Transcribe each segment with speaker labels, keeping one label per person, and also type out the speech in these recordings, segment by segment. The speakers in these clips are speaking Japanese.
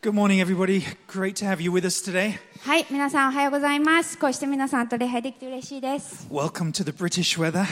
Speaker 1: Good morning, everybody. Great to have you with us today.
Speaker 2: はい、皆さんおはようございます。こうして皆さんと礼拝できて嬉しいです。
Speaker 1: Welcome to the British weather.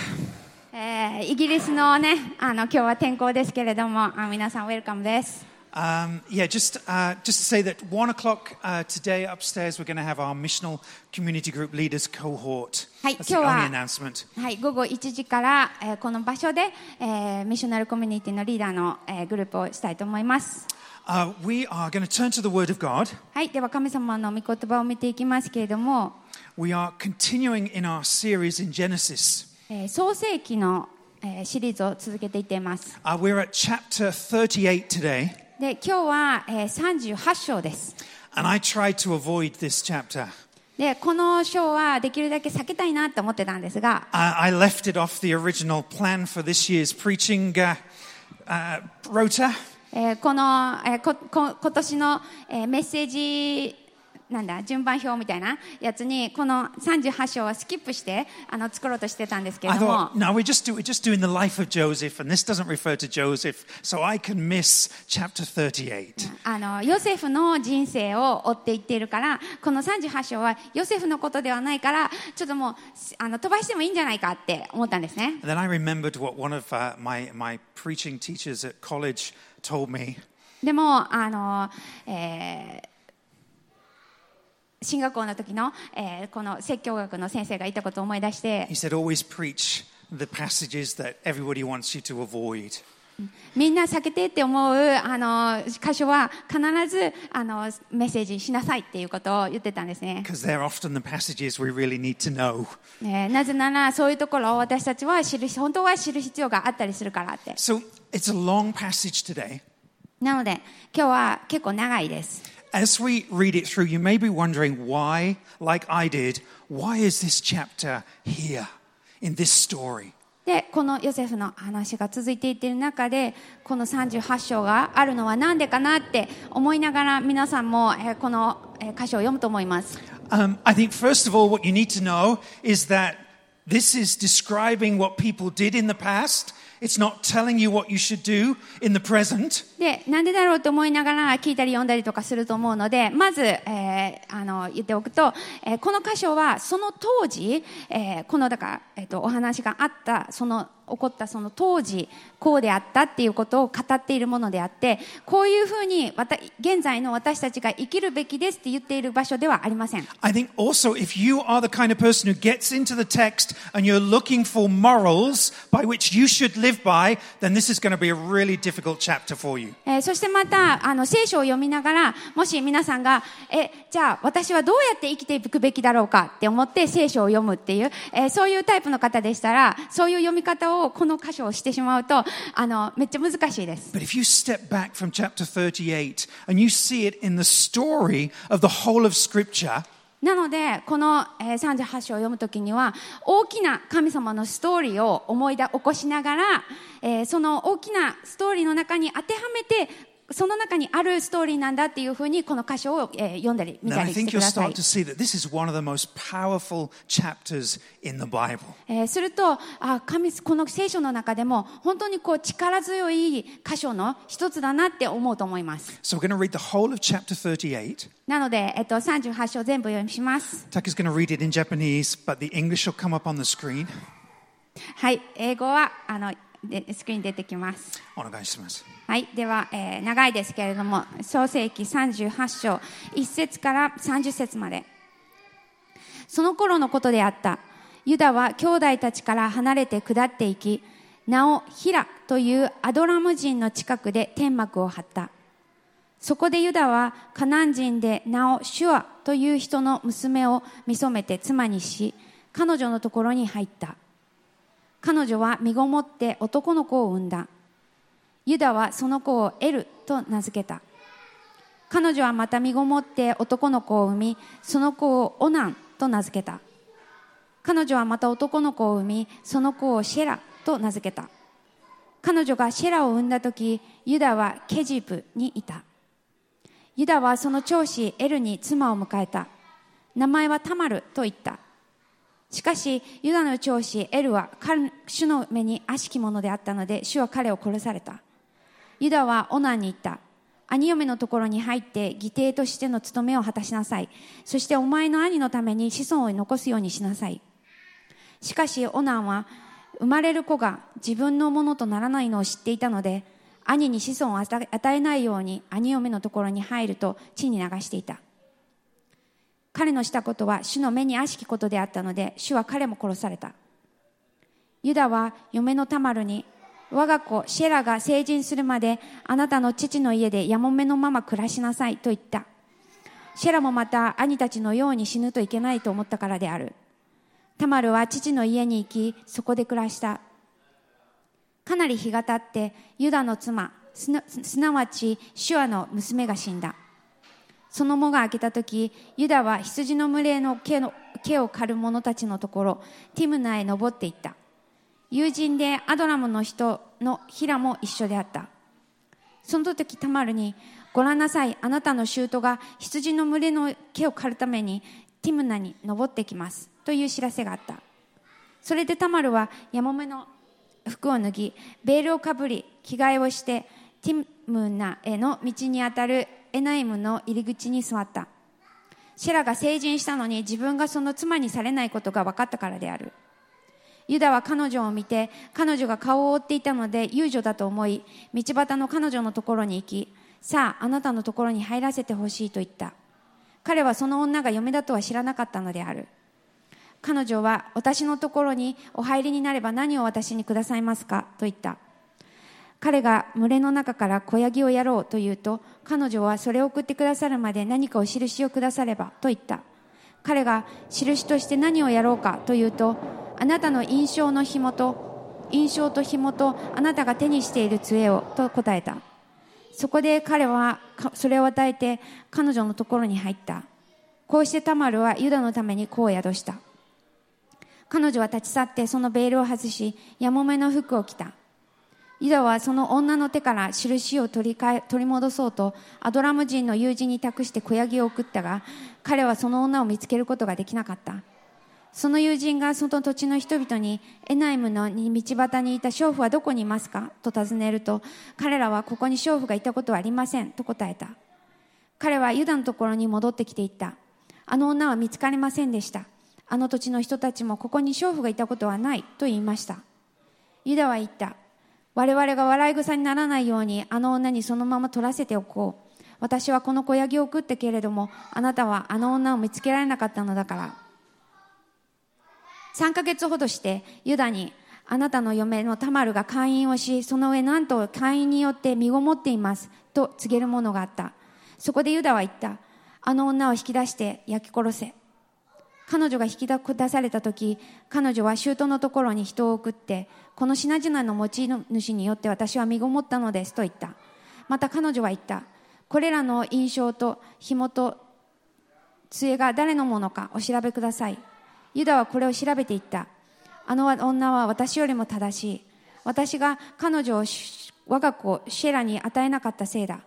Speaker 2: えーイギリスのね、あの今日は天候ですけれども、あ皆さんウェルカムです。
Speaker 1: Um, yeah, just uh, just to say that one o'clock uh, today upstairs, we're going to have our missional community group leaders cohort.
Speaker 2: Hi,
Speaker 1: That's the
Speaker 2: 今日は-
Speaker 1: only announcement.
Speaker 2: はい、午後1時から、えーこの場所で、えーミッショナルコミュニティのリーダーの、えーグループをしたいと思います。
Speaker 1: Uh, we are going to turn to the Word of God.
Speaker 2: はい、では神様の御言葉を見ていきますけれども、
Speaker 1: We are continuing in our series in Genesis.
Speaker 2: えー創世記の、えーシリーズを続けていっています。
Speaker 1: Uh, we're at chapter 38 today,
Speaker 2: で、今日は、えー38章です。
Speaker 1: and I tried to avoid this chapter.
Speaker 2: で、この章はできるだけ避けたいなと思ってたんですが、
Speaker 1: Uh, I I left it off the original plan for this year's preaching uh, uh, rota.
Speaker 2: えーこの、えーここ今年の、えーメッセージなんだ順番表みたいなやつにこの38章はスキップしてあの作ろうとしてたんですけれ
Speaker 1: I
Speaker 2: ども
Speaker 1: thought, no, we're just, do, we're just doing the life of Joseph, and this doesn't refer to Joseph, so I can miss chapter 38.
Speaker 2: あのヨセフの人生を追っていっているからこの38章はヨセフのことではないからちょっともうあの飛ばしてもいいんじゃないかって思ったんですね
Speaker 1: And then I remembered what one of uh, my, my preaching teachers at college told me.
Speaker 2: でもあの、えー進学校の時の、えーこの説教学の先生がいたことを思い出して
Speaker 1: He said, always preach the passages that everybody wants you to avoid.
Speaker 2: みんな避けてって思うあの箇所は必ずあのメッセージしなさいっていうことを言ってたんですね、
Speaker 1: Because they're often the passages we really need to know.
Speaker 2: えーなぜならそういうところを私たちは知る本当は知る必要があったりするからって
Speaker 1: So it's a long passage today.
Speaker 2: なので今日は結構長いです
Speaker 1: As we read it through, you may be wondering why, like I did, why is this chapter here in this story?
Speaker 2: でこのヨセフの話が続いていっている中でこの38章があるのは何でかなって思いながら皆さんも、えーこのえー箇所を読むと思います
Speaker 1: Um, I think, first of all, what you need to know is that this is describing what people did in the past. It's not telling you what you should do in the present.
Speaker 2: で、なんでだろうと思いながら聞いたり読んだりとかすると思うので、まず、えーあの、言っておくと、えーこの箇所は、その当時、えーこの、だから、えっ、と、お話があった、その、起こったその当時、こうであったっていうことを語っているものであって、こういうふうに、わた、現在の私たちが生きるべきですって言っている場所ではありません。
Speaker 1: I think also, if you are the kind of person who gets into the text and you're looking for morals by which you should live by, then this is going to be a really difficult chapter for you.
Speaker 2: えーそしてまた、あの、聖書を読みながら、もし皆さんが、え、じゃあ私はどうやって生きていくべきだろうかって思って聖書を読むっていう、えーそういうタイプの方でしたら、そういう読み方をこの箇所をしてしまうと、あの、めっちゃ難しいです。
Speaker 1: But if you step back from chapter 38 and you see it in the story of the whole of Scripture,
Speaker 2: なので、この、えー38章を読むときには、大きな神様のストーリーを思い出、起こしながら、えーその大きなストーリーの中に当てはめて、その中にあるストーリーなんだっていうふうに、この箇所を、えー読んだり、見
Speaker 1: then
Speaker 2: た
Speaker 1: I
Speaker 2: りして
Speaker 1: think
Speaker 2: く
Speaker 1: you'll
Speaker 2: ださい
Speaker 1: start to。see that this is one of the most powerful chapters in the Bible.
Speaker 2: えーするとあ神この聖書の中でも本当にこう力強い箇所の一つだなって思うと思います
Speaker 1: So we're going to read the whole of chapter 38.
Speaker 2: なので、えっと、38章全部読みします
Speaker 1: Tucker's going to read it in Japanese, but the English will come up on the screen.
Speaker 2: はい英語はあのでスクリーンに出てきます
Speaker 1: Onegaishimasu.
Speaker 2: はい、では、えー長いですけれども創世紀38章1節から30節までその頃のことであったユダは兄弟たちから離れて下っていき名をヒラというアドラム人の近くで天幕を張ったそこでユダはカナン人で名をシュアという人の娘を見初めて妻にし彼女のところに入った彼女は身ごもって男の子を産んだユダはその子をエルと名付けた彼女はまた身ごもって男の子を産みその子をオナンと名付けた彼女はまた男の子を産みその子をシェラと名付けた彼女がシェラを産んだ時ユダはケジブにいたユダはその長子エルに妻を迎えた名前はタマルと言ったしかしユダの長子エルは彼主の目に悪しき者であったので主は彼を殺されたユダはオナンに言った兄嫁のところに入って義弟としての務めを果たしなさいそしてお前の兄のために子孫を残すようにしなさいしかしオナンは生まれる子が自分のものとならないのを知っていたので兄に子孫を与え与えないように兄嫁のところに入ると地に流していた彼のしたことは主の目に悪しきことであったので主は彼も殺されたユダは嫁のタマルに我が子シェラが成人するまであなたの父の家でやもめのまま暮らしなさいと言ったシェラもまた兄たちのように死ぬといけないと思ったからであるタマルは父の家に行きそこで暮らしたかなり日が経ってユダの妻すなすなわちシュアの娘が死んだその喪が明けた時ユダは羊の群れの毛の毛を刈る者たちのところティムナへ登っていった友人でアドラムの人のヒラも一緒であったその時タマルにご覧なさいあなたの舅が羊の群れの毛を刈るためにティムナに登ってきますという知らせがあったそれでタマルはヤモメの服を脱ぎベールをかぶり着替えをしてティムナへの道にあたるエナイムの入り口に座ったシェラが成人したのに自分がその妻にされないことが分かったからであるユダは彼女を見て彼女が顔を覆っていたので遊女だと思い道端の彼女のところに行きさああなたのところに入らせてほしいと言った彼はその女が嫁だとは知らなかったのである彼女は私のところにお入りになれば何を私にくださいますかと言った彼が群れの中から小ヤギをやろうと言うと彼女はそれを送ってくださるまで何かお印をくださればと言った彼が印として何をやろうかというとあなたの印象の紐と印象と紐とあなたが手にしている杖をと答えたそこで彼はかそれを与えて彼女のところに入ったこうしてタマルはユダのために子を宿した彼女は立ち去ってそのベールを外しやもめの服を着たユダはその女の手から印を取りかえ取り戻そうとアドラム人の友人に託して小ヤギを送ったが彼はその女を見つけることができなかったその友人がその土地の人々にエナイムの道端にいた娼婦はどこにいますかと尋ねると彼らはここに娼婦がいたことはありませんと答えた彼はユダのところに戻ってきていったあの女は見つかりませんでしたあの土地の人たちもここに娼婦がいたことはないと言いましたユダは言った我々が笑い草にならないようにあの女にそのまま取らせておこう私はこの小ヤギを食ったけれどもあなたはあの女を見つけられなかったのだから3ヶ月ほどしてユダにあなたの嫁のタマルが会員をしその上なんと会員によって身ごもっていますと告げるものがあったそこでユダは言ったあの女を引き出して焼き殺せ彼女が引き出された時彼女は舅のところに人を送ってこの品々の持ち主によって私は身ごもったのですと言ったまた彼女は言ったこれらの印象と紐と杖が誰のものかお調べくださいユダはこれを調べていったあの女は私よりも正しい私が彼女をし我が子シェラに与えなかったせいだ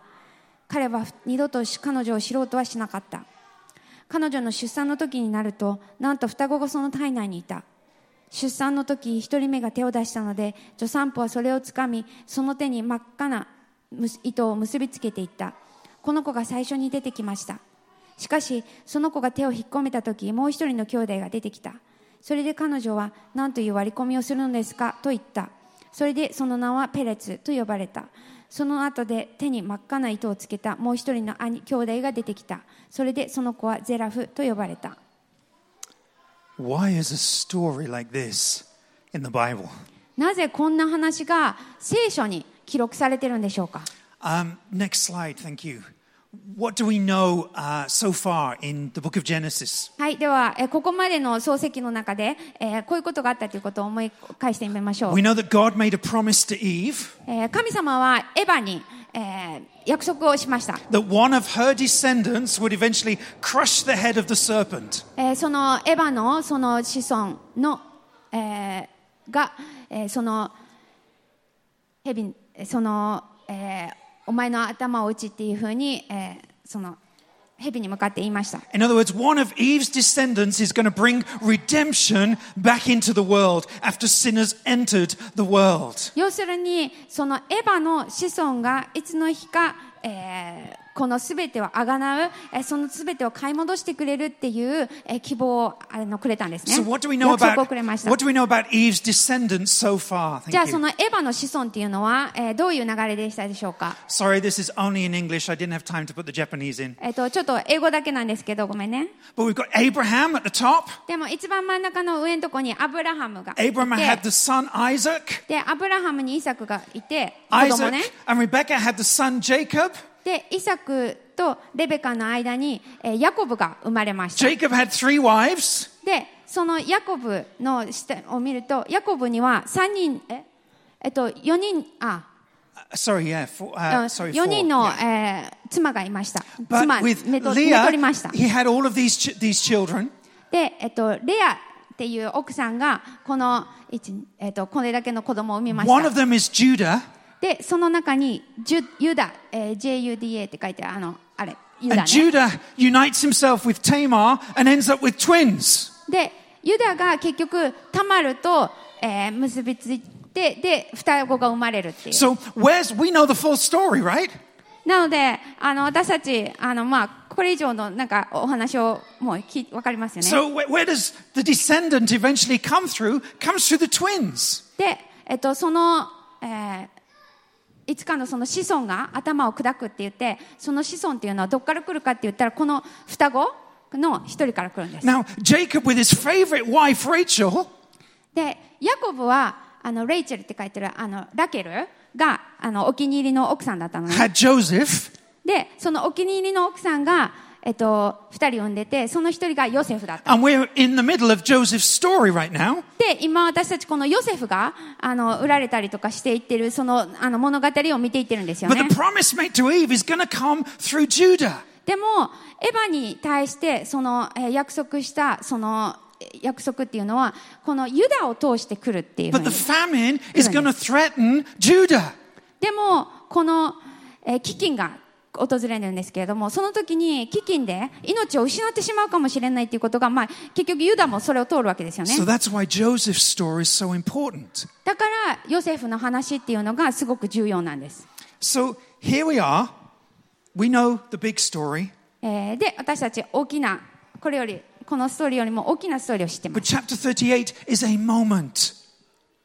Speaker 2: 彼は二度と彼女を知ろうとはしなかった彼女の出産の時になるとなんと双子がその体内にいた出産の時一人目が手を出したので助産婦はそれをつかみその手に真っ赤なむす糸を結びつけていったこの子が最初に出てきましたしかしその子が手を引っ込めた時もう一人の兄弟が出てきたそれで彼女は何という割り込みをするのですかと言ったそれでその名はペレツと呼ばれたその後で手に真っ赤な糸をつけたもう一人の兄兄弟が出てきたそれでその子はゼラフと呼ばれた
Speaker 1: Why is a story like this in the Bible?
Speaker 2: なぜこんな話が聖書に記録されてるんでしょうか
Speaker 1: Um, next slide, thank you. What do we know uh, so far in the book of Genesis?
Speaker 2: はいではえーここまでの漱石の中で、えーこういうことがあったということを思い返してみましょう
Speaker 1: We know that God made a promise to Eve
Speaker 2: えー神様はエヴァに、えー約束をしました、
Speaker 1: that one of her descendants would eventually crush the head of the serpent.
Speaker 2: えーそのエヴァのその子孫の、えーが、えーその蛇その、えーお前の頭を打ちっていうふうに、えーその蛇に向かって言いました。
Speaker 1: In other words, one of Eve's descendants is going to bring redemption back into the world after sinners entered the world.
Speaker 2: 要するに、そのエヴァの子孫がいつの日か、えーこのすべてをあがなう、えーそのすべてを買い戻してくれるっていう、えー希望をあのくれたんですね。
Speaker 1: So what do we know
Speaker 2: 約束を
Speaker 1: about
Speaker 2: くれました。
Speaker 1: what do we know about Eve's descendants so far?
Speaker 2: じゃあ
Speaker 1: Thank
Speaker 2: そ
Speaker 1: you.
Speaker 2: のエヴァの子孫っていうのは、えーどういう流れでしたでしょうか、
Speaker 1: Sorry, this is only in English. I didn't have time to put the Japanese in.
Speaker 2: えっとちょっと英語だけなんですけどごめんね
Speaker 1: But we've got Abraham at the top.
Speaker 2: でも一番真ん中の上のとこにアブラハムがいて
Speaker 1: Abraham had the son Isaac.
Speaker 2: でアブラハムにイサクがいて子供
Speaker 1: Isaac
Speaker 2: ね
Speaker 1: and Rebecca had the son Jacob.
Speaker 2: でイサクとレベカの間に、えーヤコブが生まれました
Speaker 1: Jacob had three wives.
Speaker 2: でそのヤコブの下を見るとヤコブには3人ええっと4人あ
Speaker 1: Uh, Sorry, yeah, four,
Speaker 2: う
Speaker 1: uh,
Speaker 2: ん
Speaker 1: sorry,
Speaker 2: 4
Speaker 1: four.
Speaker 2: 人の、
Speaker 1: Yeah.
Speaker 2: えー妻がいました妻
Speaker 1: But
Speaker 2: め
Speaker 1: with
Speaker 2: とめとりました
Speaker 1: Leah, he had all of these ch- these children.
Speaker 2: で、えっと、レアっていう奥さんがこの、一えっと、これだけの子供を産みま
Speaker 1: One
Speaker 2: し
Speaker 1: of
Speaker 2: た
Speaker 1: them is Judah,
Speaker 2: でその中にジュユダ、えー JUDA って書いてあるあのあれユ
Speaker 1: and
Speaker 2: ダ、ね、
Speaker 1: Judah unites himself with Tamar and ends up with twins.
Speaker 2: でユダが結局タマルと、えー結びついてで双子が生まれるっていう
Speaker 1: So where's we know the full story, right?
Speaker 2: なのであの私たちあの、まあ、これ以上のなんかお話をもう聞分かりますよね
Speaker 1: So where, where does the descendant eventually come through? Comes through the twins.
Speaker 2: で、えっと、その、えーいつかのその子孫が頭を砕くって言ってその子孫っていうのはどっから来るかって言ったらこの双子の一人から来るんです
Speaker 1: Now Jacob with his favorite wife Rachel,
Speaker 2: でヤコブはあのレイチェルって書いてるあのラケルがあのお気に入りの奥さんだったのね
Speaker 1: had Joseph.
Speaker 2: でそのお気に入りの奥さんが、えっと、二人産んでてその一人がヨセフだった
Speaker 1: And we're in the middle of Joseph's story right now.
Speaker 2: で今私たちこのヨセフがあの売られたりとかしていってるそのあの物語を見ていってるんですよ
Speaker 1: But
Speaker 2: ね
Speaker 1: the promise made to Eve is going to come through Judah.
Speaker 2: でも、エヴァに対して、その、えー約束した、その、えー約束っていうのは、このユダを通してくるっていうふう
Speaker 1: But
Speaker 2: に
Speaker 1: the famine is going to threaten Judah.
Speaker 2: でも、この、えー飢饉が訪れるんですけれども、その時に飢饉で命を失ってしまうかもしれないっていうことが、まあ、結局ユダもそれを通るわけですよね
Speaker 1: So。that's why Joseph's story is so important.
Speaker 2: だから、ヨセフの話っていうのがすごく重要なんです。
Speaker 1: So here we are. We know the big story.
Speaker 2: えーで、私たち大きな、これより、このストーリーよりも大きなストーリーを知ってます
Speaker 1: But。chapter 38 is a moment.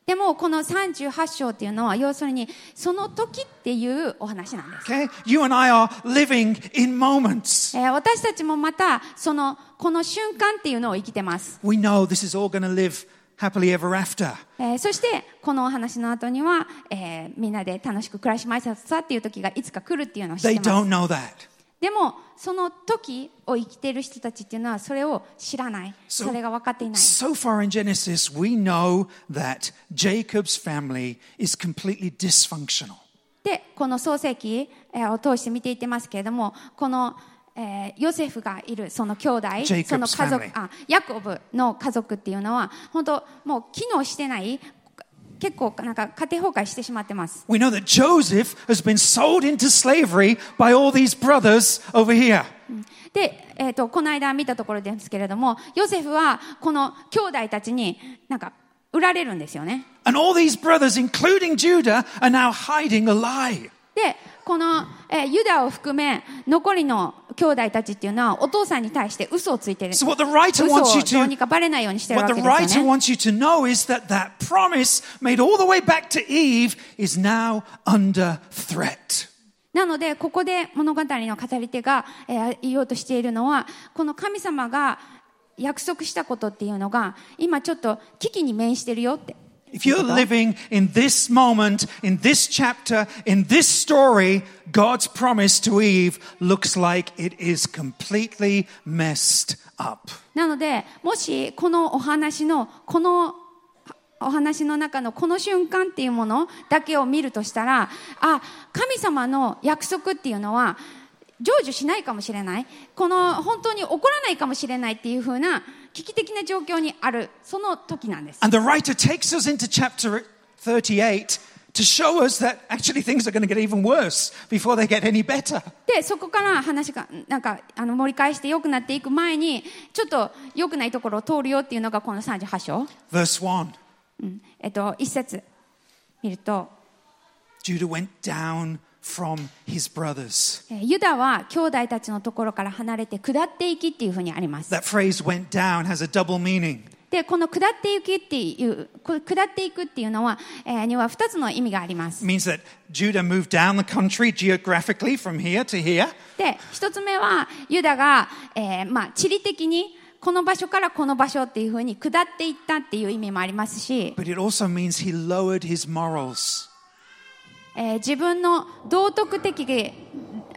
Speaker 2: でもこの38章っていうのは要するにその時っていうお話なんです。
Speaker 1: Okay? You and I are living in moments.
Speaker 2: えー私たちもまたそのこの瞬間っていうのを生きてます、
Speaker 1: We know this is all going to live happily ever after.
Speaker 2: えーそしてこのお話の後には、えーみんなで楽しく暮らしましたさっていう時がいつか来るっていうのを知っ
Speaker 1: They
Speaker 2: てます
Speaker 1: don't know that.
Speaker 2: でもその時を生きている人たちっていうのはそれを知らない
Speaker 1: So-
Speaker 2: それが分かっていない
Speaker 1: So far in Genesis, we know that Jacob's family is completely dysfunctional.
Speaker 2: でこの創世記えーを通して見ていってますけれどもこの、えーヨセフがいるその兄弟
Speaker 1: Jacob's
Speaker 2: その家族
Speaker 1: family
Speaker 2: あヤコブの家族っていうのは本当もう機能してない結構なんか家庭崩壊してしまってます
Speaker 1: We know that Joseph has been sold into slavery by all these brothers over here.
Speaker 2: で、えー、とこの間見たところですけれどもヨセフはこの兄弟たちになんか売られるんですよね
Speaker 1: And all these brothers, including Judah, are now hiding a lie.
Speaker 2: でこの、えーユダを含め残りの兄弟たちっていうのはお父さんに対して嘘をついてる
Speaker 1: So what the writer
Speaker 2: 嘘
Speaker 1: wants you
Speaker 2: を
Speaker 1: to
Speaker 2: どうにかバレないようにしてる
Speaker 1: What
Speaker 2: わ
Speaker 1: the
Speaker 2: けですよね
Speaker 1: writer wants you to know is that that promise made all the way back to Eve is now under threat.
Speaker 2: なので、ここで物語の語り手が、えー言おうとしているのは、この神様が約束したことっていうのが、今ちょっと危機に面してるよって。
Speaker 1: If you're living in this moment, in this chapter, in this story, God's promise to Eve looks like it is completely messed up.
Speaker 2: なので、もしこのお話の、このお話の中のこの瞬間っていうものだけを見るとしたら、あ、神様の約束っていうのは、成就しないかもしれない。この本当に起こらないかもしれないっていうふうな危機的な状況にある、その時なんです。
Speaker 1: And the writer takes us into chapter 38 to show us that actually things are going to get even worse before they get any better.
Speaker 2: でそこから話がなんかあの盛り返して良くなっていく前にちょっと良くないところを通るよっていうのがこの38章、
Speaker 1: Verse 1
Speaker 2: うんえっと、一節見ると
Speaker 1: Judah went down from his brothers.
Speaker 2: えーユダは兄弟たちのところから離れて下っていきっていうふうにあります。
Speaker 1: That phrase went down has a double meaning.
Speaker 2: で、この下っていきっていう、こ下っていくっていうのは、えーには2つの意味がありま
Speaker 1: It
Speaker 2: す。
Speaker 1: means that Judah moved down the country geographically from here to here.
Speaker 2: で、1つ目は、ユダが、えーまあ、地理的に、この場所からこの場所っていうふうに下っていったっていう意味もありますし、
Speaker 1: But it also means he lowered his morals.
Speaker 2: えー自分の道徳的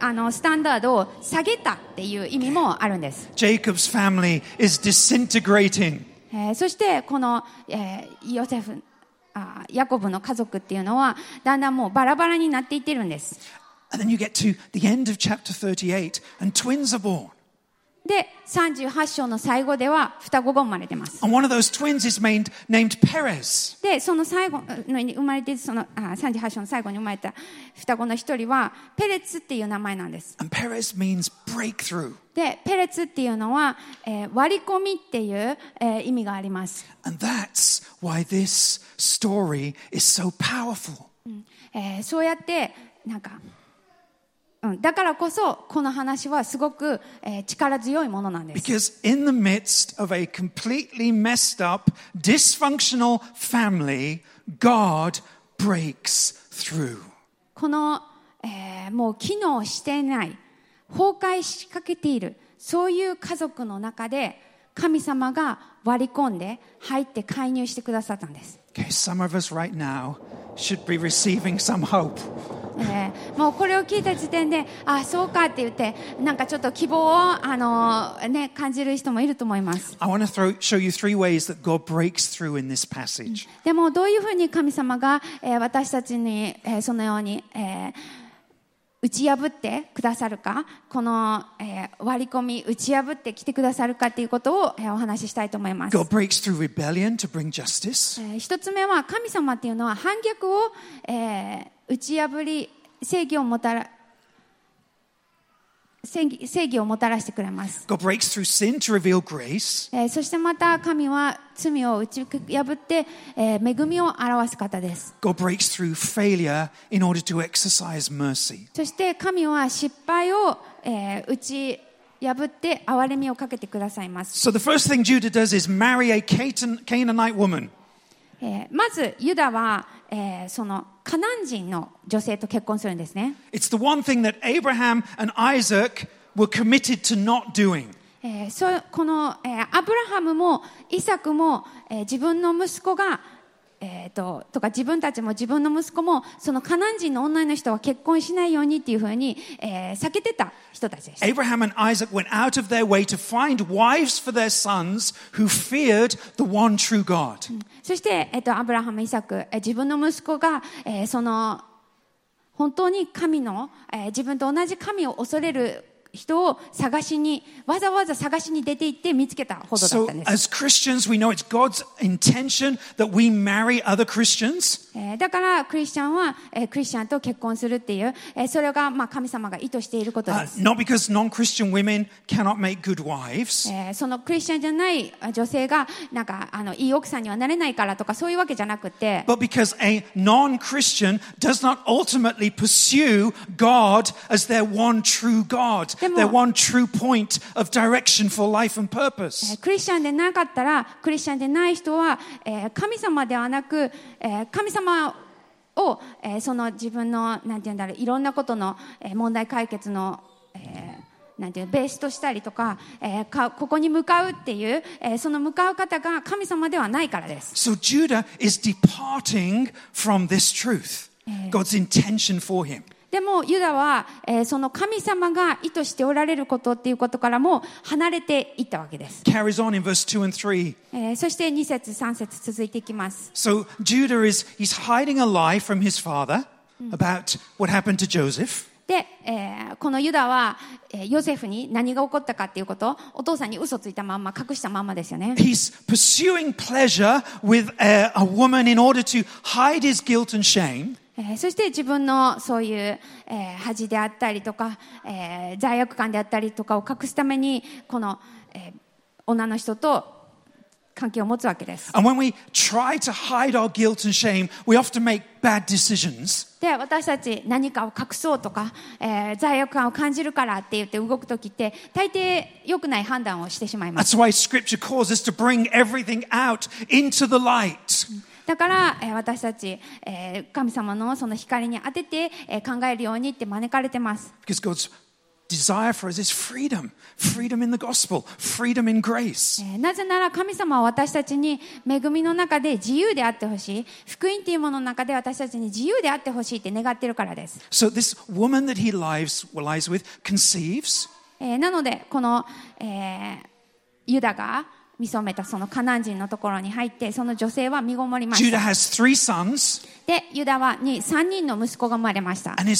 Speaker 2: あのスタンダードを下げたっていう意味もあるんです。
Speaker 1: Jacob's family is disintegrating.
Speaker 2: えーそしてこの、えーヨセフあヤコブの家族っていうのはだんだんもうバラバラになっていってるんです
Speaker 1: And then you get to the end of chapter 38, and twins are born.
Speaker 2: で38章の最後では双子が生まれてます
Speaker 1: And one of those twins is named, named Perez.
Speaker 2: でその最後の生まれてそのあ38章の最後に生まれた双子の一人はペレツっていう名前なんです
Speaker 1: And Perez means breakthrough.
Speaker 2: でペレツっていうのは、えー割り込みっていう、えー意味があります
Speaker 1: And that's why this story is so powerful.
Speaker 2: えーそうやってなんか、うん、だからこそこの話はすごく、えー力強いものなんです
Speaker 1: Because in the midst of a completely messed up, dysfunctional family, God breaks through.
Speaker 2: この、えーもう機能していない崩壊しかけているそういう家族の中で神様が割り込んで入って介入してくださったんです、
Speaker 1: Okay, some of us right now should be receiving some hope.
Speaker 2: えーもうこれを聞いた時点であそうかって言ってなんかちょっと希望を、あのーね、感じる人もいると思います
Speaker 1: I want to throw, show you three ways that God breaks through in this passage.
Speaker 2: でもどういうふうに神様が、えー私たちに、えーそのように、えー打ち破ってくださるかこの、えー割り込み打ち破ってきてくださるかということを、えーお話ししたいと思います、
Speaker 1: God breaks through rebellion to bring justice.
Speaker 2: えー一つ目は神様っていうのは反逆を、えー打ち破り正義をもたら正義正義をもたらしてくれます、
Speaker 1: God breaks through sin to reveal grace.
Speaker 2: えーそしてまた神は罪を打ち破って、えー恵みを表す方です
Speaker 1: God breaks through failure in order to exercise mercy.
Speaker 2: そして神は失敗を、えー打ち破って憐れみをかけてくださいます、
Speaker 1: So the first thing Judah does is marry a Catan- Canaanite woman.
Speaker 2: えーまずユダは、えーそのカナン人の女性と結婚するんですね、
Speaker 1: It's the one thing that Abraham and Isaac were committed to not doing.
Speaker 2: えーそうこの、えーアブラハムもイサクも、えー自分の息子がえーととか自分たちも自分の息子もそのカナン人の女の人は結婚しないようにっていうふうに、えー避けてた人たちでした
Speaker 1: Abraham and Isaac went out of their way to find wives for their sons who feared the one true God.
Speaker 2: そして、えっと、アブラハム・イサク、え自分の息子が、えーその本当に神の、えー自分と同じ神を恐れる人を探しにわざわざ探しに出て行って見つけたほどだっ
Speaker 1: So,
Speaker 2: たんです、
Speaker 1: as Christians, we know it's God's intention that we marry other Christians.
Speaker 2: えーだからクリスチャンは、えークリスチャンと結婚するっていう、えーそれが、まあ、神様が意図していることで
Speaker 1: Uh,
Speaker 2: す、
Speaker 1: not because non Christian women cannot make good wives,
Speaker 2: えーそのクリスチャンじゃないあ女性がなんかあのいい奥さんにはなれないからとかそういうわけじゃなくて
Speaker 1: but because a non Christian does not ultimately pursue God as their one true God,
Speaker 2: でも-
Speaker 1: their one true point of direction for life and
Speaker 2: えー
Speaker 1: purpose.
Speaker 2: クリスチャンでなかったらクリスチャンでない人は、えー神様ではなく、えー神様を、えーその自分のなんて言うんだろういろんなことの、えー問題解決の、えーなんていうベースとしたりとか,、えーかここに向かうっていう、えーその向かう方が神様ではないからです
Speaker 1: So, Judah is departing from this truth, God's intention for him.
Speaker 2: でもユダは、えーその神様が意図しておられることっていうことからも離れていったわけです、
Speaker 1: Carries on in verse 2 and 3.
Speaker 2: えーそして2節3節続いていきます
Speaker 1: So Judah is he's hiding a lie from his father about what happened to Joseph.
Speaker 2: で、えーこのユダは、えーヨセフに何が起こったかっていうことをお父さんに嘘ついたまんま隠したまんまですよね
Speaker 1: He's pursuing pleasure with a, a woman in order to hide his guilt and shame.
Speaker 2: ええーそして自分のそういう、えー恥であったりとか、えー罪悪感であったりとかを隠すためにこの、えー女の人と関係を持つわけです。
Speaker 1: And when we try to hide our guilt and shame, we often make bad decisions.
Speaker 2: で私たち何かを隠そうとか、えー罪悪感を感じるからって言って動く時って大抵良くない判断をしてしまいま
Speaker 1: That's
Speaker 2: す
Speaker 1: why scripture calls us to bring everything out into the light.
Speaker 2: だから、えー私たち、えー神様のその光に当てて、えー考えるようにって招かれてます
Speaker 1: Because God's desire for us is freedom freedom in the gospel, freedom in
Speaker 2: え
Speaker 1: grace.
Speaker 2: ーなぜなら神様は私たちに恵みの中で自由であってほしい福音っていうものの中で私たちに自由であってほしいって願ってるからです、
Speaker 1: So, this woman that he lies, lies with conceives,
Speaker 2: えーなのでこの、えーユダが見初めたそのカナン人のところに入ってその女性は身ごもりまし
Speaker 1: Judah
Speaker 2: た
Speaker 1: has three sons,
Speaker 2: でユダはに3人の息子が生まれました
Speaker 1: and his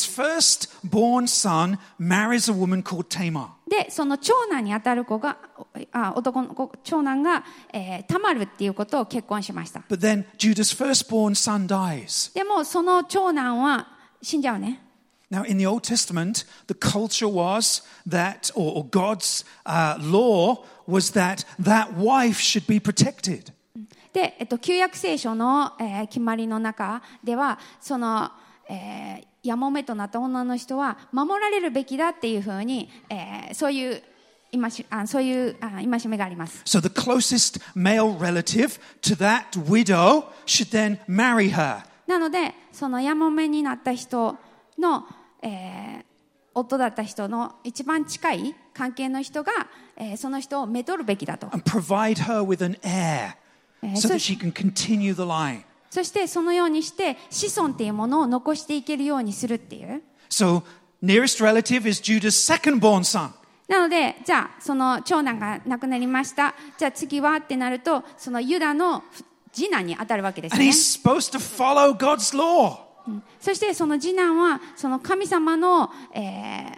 Speaker 1: firstborn son marries a woman called Tamar.
Speaker 2: でその長男にあたる子があ男の子長男が、えータマルっていうことを結婚しました
Speaker 1: But then Judah's firstborn son dies.
Speaker 2: でもその長男は死んじゃうね
Speaker 1: Now, in the Old Testament, the culture was that, or, or God's uh, law was that that wife should be protected.
Speaker 2: で、えっと、旧約聖書の、えー決まりの中ではその、えーやもめとなった女の人は守られるべきだっていうふうに、えーそういう今しあそういうあ戒めがあります
Speaker 1: So the closest male relative to that widow should then marry her.
Speaker 2: なのでそのやもめになった人の、えー夫だった人の一番近い関係の人が、えーその人をめとるべきだと
Speaker 1: and provide her with an heir
Speaker 2: Eh,
Speaker 1: so
Speaker 2: so-
Speaker 1: that she can continue the line.
Speaker 2: そしてそのようにして子孫っていうものを残していけるようにするっていう
Speaker 1: So, nearest relative is Judah's second born son.
Speaker 2: なのでじゃあその長男が亡くなりましたじゃあ次はってなるとそのユダの次男に当たるわけです
Speaker 1: And
Speaker 2: ね
Speaker 1: he's supposed to follow God's law.
Speaker 2: そしてその次男はその神様の、えー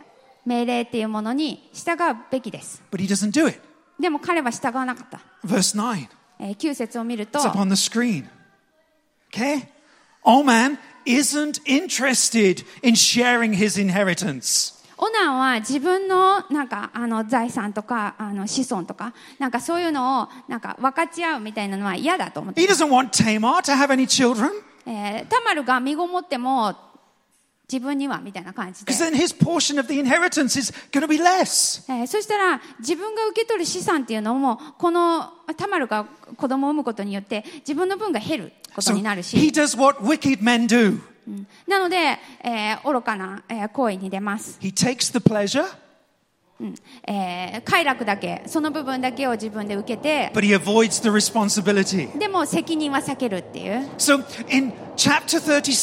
Speaker 2: 命令っていうものに従うべきです
Speaker 1: But he doesn't do it.
Speaker 2: でも彼は従わなかった
Speaker 1: Verse 9.
Speaker 2: えー、9節を見ると
Speaker 1: It's up on the screen. Okay? Oman isn't interested in sharing his inheritance.
Speaker 2: オナンは自分のなんかあの財産とかあの子孫とかなんかそういうのをなんか分かち合うみたいなのは嫌だと思って
Speaker 1: He、doesn't want Tamar to have any children
Speaker 2: えータマルが身ごもっても自分にはみたいな感じで
Speaker 1: because、then his portion of the inheritance is going to be less.
Speaker 2: えーそしたら自分が受け取る資産っていうのもこのタマルが子供を産むことによって自分の分が減ることになる
Speaker 1: he
Speaker 2: し、
Speaker 1: does what wicked men do
Speaker 2: うんなので、えー愚かな、えー行為に出ます、
Speaker 1: he takes the pleasure
Speaker 2: えー快楽だけその部分だけを自分で受けて
Speaker 1: but he avoids the responsibility.
Speaker 2: でも責任は避けるっていう。
Speaker 1: So in chapter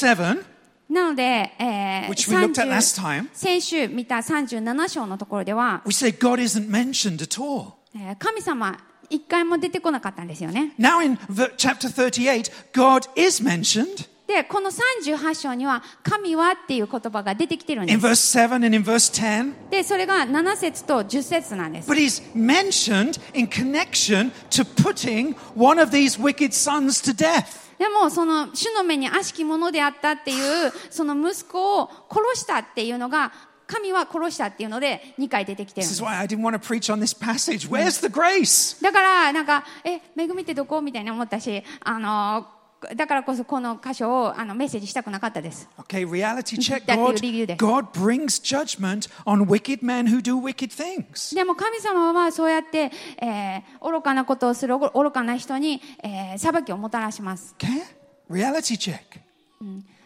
Speaker 1: 37,
Speaker 2: なので、えー
Speaker 1: Which we looked at
Speaker 2: 30
Speaker 1: last time.
Speaker 2: 先週見た37章のところでは、
Speaker 1: we say God isn't mentioned at all.
Speaker 2: えー神様一回も出てこなかったんですよね。
Speaker 1: Now in v- chapter 38, God is mentioned
Speaker 2: で、この38章には、神はっていう言葉が出てきてるんで
Speaker 1: in
Speaker 2: す。
Speaker 1: verse 7 and in verse 10,
Speaker 2: で、それが7節と10節なんです。
Speaker 1: but he's mentioned in connection to putting one of these wicked sons to death.
Speaker 2: でも、その、主の目に悪しきものであったっていう、その息子を殺したっていうのが、神は殺したっていうので、2回出てきてる
Speaker 1: This
Speaker 2: んで
Speaker 1: is
Speaker 2: す。
Speaker 1: why I didn't want to preach on this passage. Where's the grace?
Speaker 2: だから、なんか、え、恵みってどこみたいに思ったし、あの、だからこそこの箇所をあのメッセージしたくなかったです。
Speaker 1: Okay, reality check.
Speaker 2: Mm-hmm. That you
Speaker 1: God,
Speaker 2: read it.
Speaker 1: God brings judgment on wicked men who do wicked things.
Speaker 2: でも神様はそうやって、えー愚かなことをする愚愚かな人に、えー裁きをもたらします。
Speaker 1: Okay? Reality check.